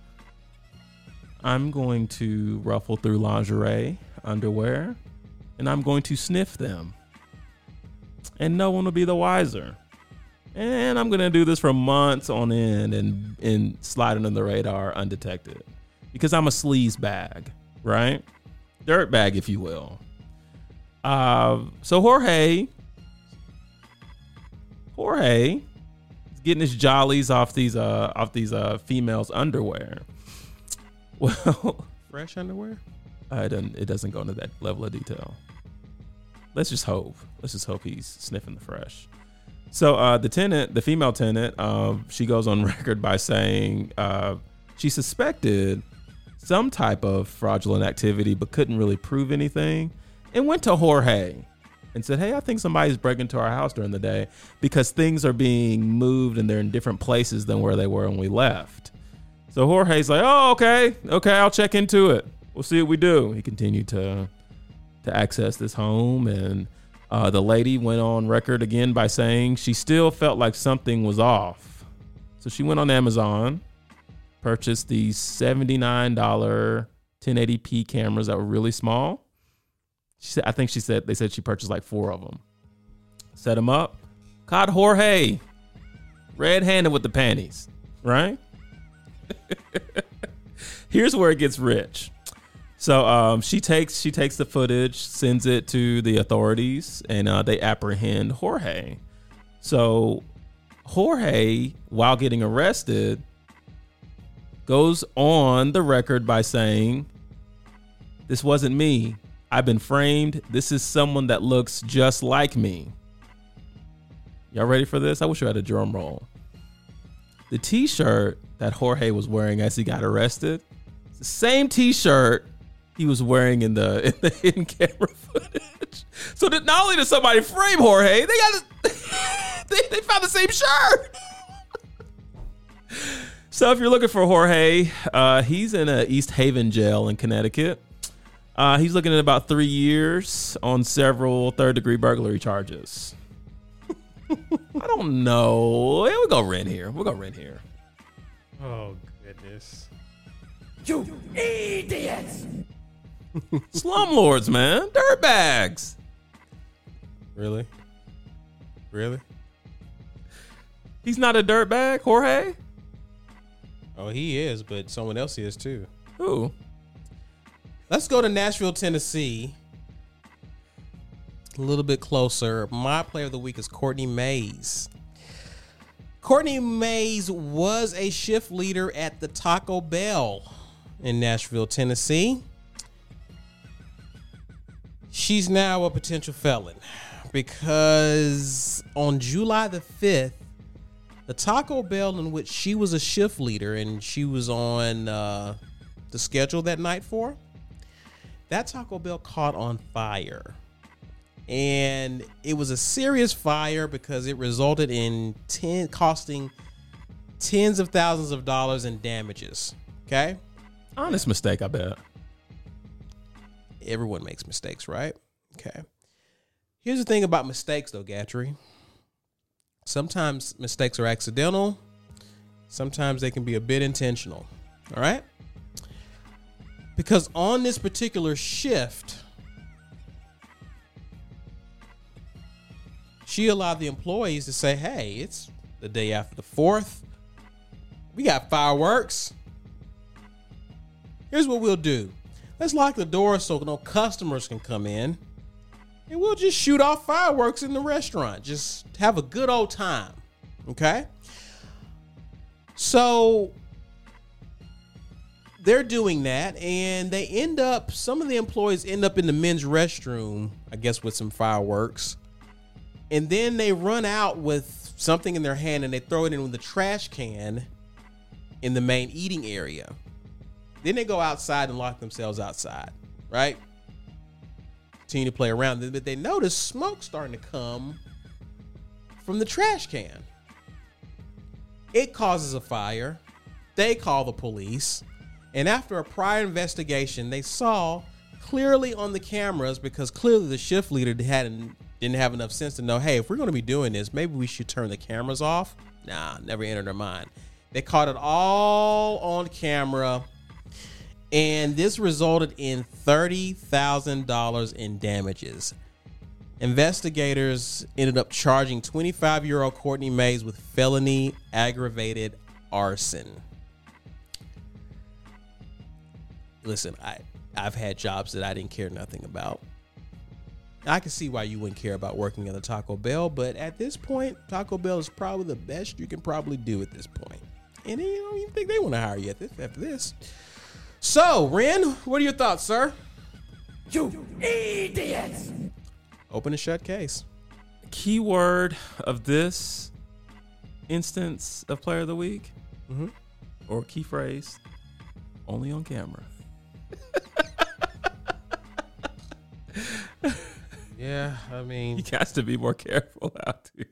I'm going to ruffle through lingerie, underwear, and I'm going to sniff them. And no one will be the wiser. And I'm going to do this for months on end and, and slide under the radar undetected because I'm a sleaze bag, right? Dirt bag, if you will. Uh, so Jorge, Jorge getting his jollies off these uh off these uh females underwear. [LAUGHS] Well, Fresh underwear. uh, it doesn't it doesn't go into that level of detail. Let's just hope. Let's just hope he's sniffing the fresh. So uh, the tenant, the female tenant, uh, she goes on [LAUGHS] record by saying uh, she suspected some type of fraudulent activity, but couldn't really prove anything, and went to Jorge and said, "Hey, I think somebody's breaking into our house during the day because things are being moved and they're in different places than where they were when we left." So Jorge's like, "Oh, okay, okay, I'll check into it. We'll see what we do." He continued to to access this home, and uh, the lady went on record again by saying she still felt like something was off. So she went on Amazon, purchased these seventy nine dollar 1080p cameras that were really small. She said, I think she said they said she purchased like four of them. Set them up. Caught Jorge, red handed with the panties, right? [LAUGHS] Here's where it gets rich. So um, she takes she takes the footage, sends it to the authorities, and uh, they apprehend Jorge. So Jorge, while getting arrested, goes on the record by saying, "This wasn't me. I've been framed. This is someone that looks just like me." Y'all ready for this? I wish I had a drum roll. The T-shirt that Jorge was wearing as he got arrested, it's the same T-shirt he was wearing in the in the [LAUGHS] hidden camera footage. So that not only did somebody frame Jorge, they got a, [LAUGHS] they, they found the same shirt. So if you're looking for Jorge, uh, he's in a East Haven jail in Connecticut. Uh, he's looking at about three years on several third degree burglary charges. [LAUGHS] I don't know. Yeah, we'll go rent here. We'll go rent here. Oh goodness. [LAUGHS] Slumlords, man. Dirtbags. Really? Really? He's not a dirtbag, Jorge? Oh, he is, but someone else is too. Who? Let's go to Nashville, Tennessee. A little bit closer. My player of the week is Courtney Mays. Courtney Mays was a shift leader at the Taco Bell in Nashville, Tennessee. She's now a potential felon because on July the 5th, the Taco Bell in which she was a shift leader and she was on uh, the schedule that night for, that Taco Bell caught on fire. And it was a serious fire because it resulted in 10 costing tens of thousands of dollars in damages. Okay? Honest mistake, I bet. Everyone makes mistakes, right? Okay. Here's the thing about mistakes though, Gatry. Sometimes mistakes are accidental. Sometimes they can be a bit intentional. All right? Because on this particular shift, she allowed the employees to say, hey, it's the day after the 4th. We got fireworks. Here's what we'll do let's lock the door so no customers can come in. And we'll just shoot off fireworks in the restaurant. Just have a good old time. Okay? So they're doing that and they end up some of the employees end up in the men's restroom i guess with some fireworks and then they run out with something in their hand and they throw it in the trash can in the main eating area. Then they go outside and lock themselves outside, right? Continue to play around, Then- but they notice smoke starting to come from the trash can. It causes a fire. They call the police. And after a prior investigation, they saw clearly on the cameras because clearly the shift leader hadn't didn't have enough sense to know, hey, if we're going to be doing this, maybe we should turn the cameras off. Nah, never entered their mind. They caught it all on camera, and this resulted in thirty thousand dollars in damages. Investigators ended up charging 25 year old Courtney Mays with felony aggravated arson. Listen, I, I've had jobs that I didn't care nothing about. I can see why you wouldn't care about working at a Taco Bell, but at this point, Taco Bell is probably the best you can probably do at this point. And you don't even think they want to hire you at this, after this. So, Ren, what are your thoughts, sir? Open and shut case. keyword of this instance of player of the week Mm-hmm. or key phrase only on camera Yeah, I mean, you [LAUGHS] got to be more careful out there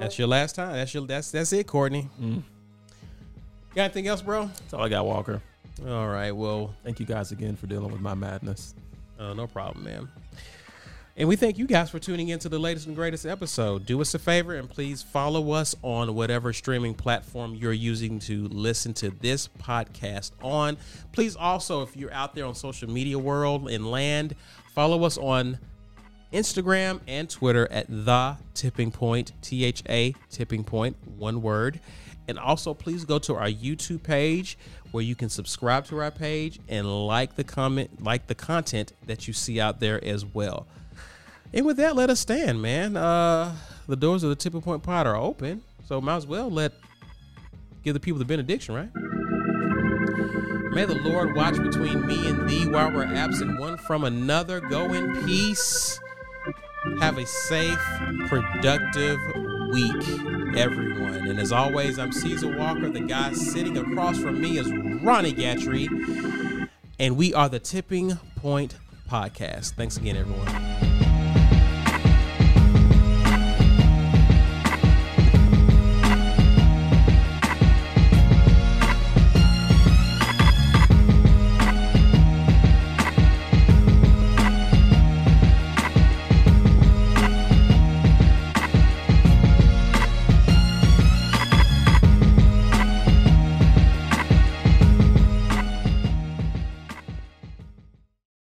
That's your last time. That's your that's that's it, Courtney. Got anything else, bro? that's all i got walker All right. Well, thank you guys again for dealing with my madness uh, no problem, man. And we thank you guys for tuning in to the latest and greatest episode. Do us a favor and please follow us on whatever streaming platform you're using to listen to this podcast on. Please also, if you're out there on social media world and land, follow us on Instagram and Twitter at the tipping point, T H A tipping point, one word. And also, please go to our YouTube page where you can subscribe to our page and like the comment, like the content that you see out there as well. And with that, let us stand, man. Uh, the doors of the tipping point pod are open, so might as well let give the people the benediction, right? May the Lord watch between me and thee while we're absent one from another. Go in peace. Have a safe, productive week, everyone. And as always, I'm Caesar Walker. The guy sitting across from me is Ronnie Gatry. And we are the Tipping Point Podcast. Thanks again, everyone.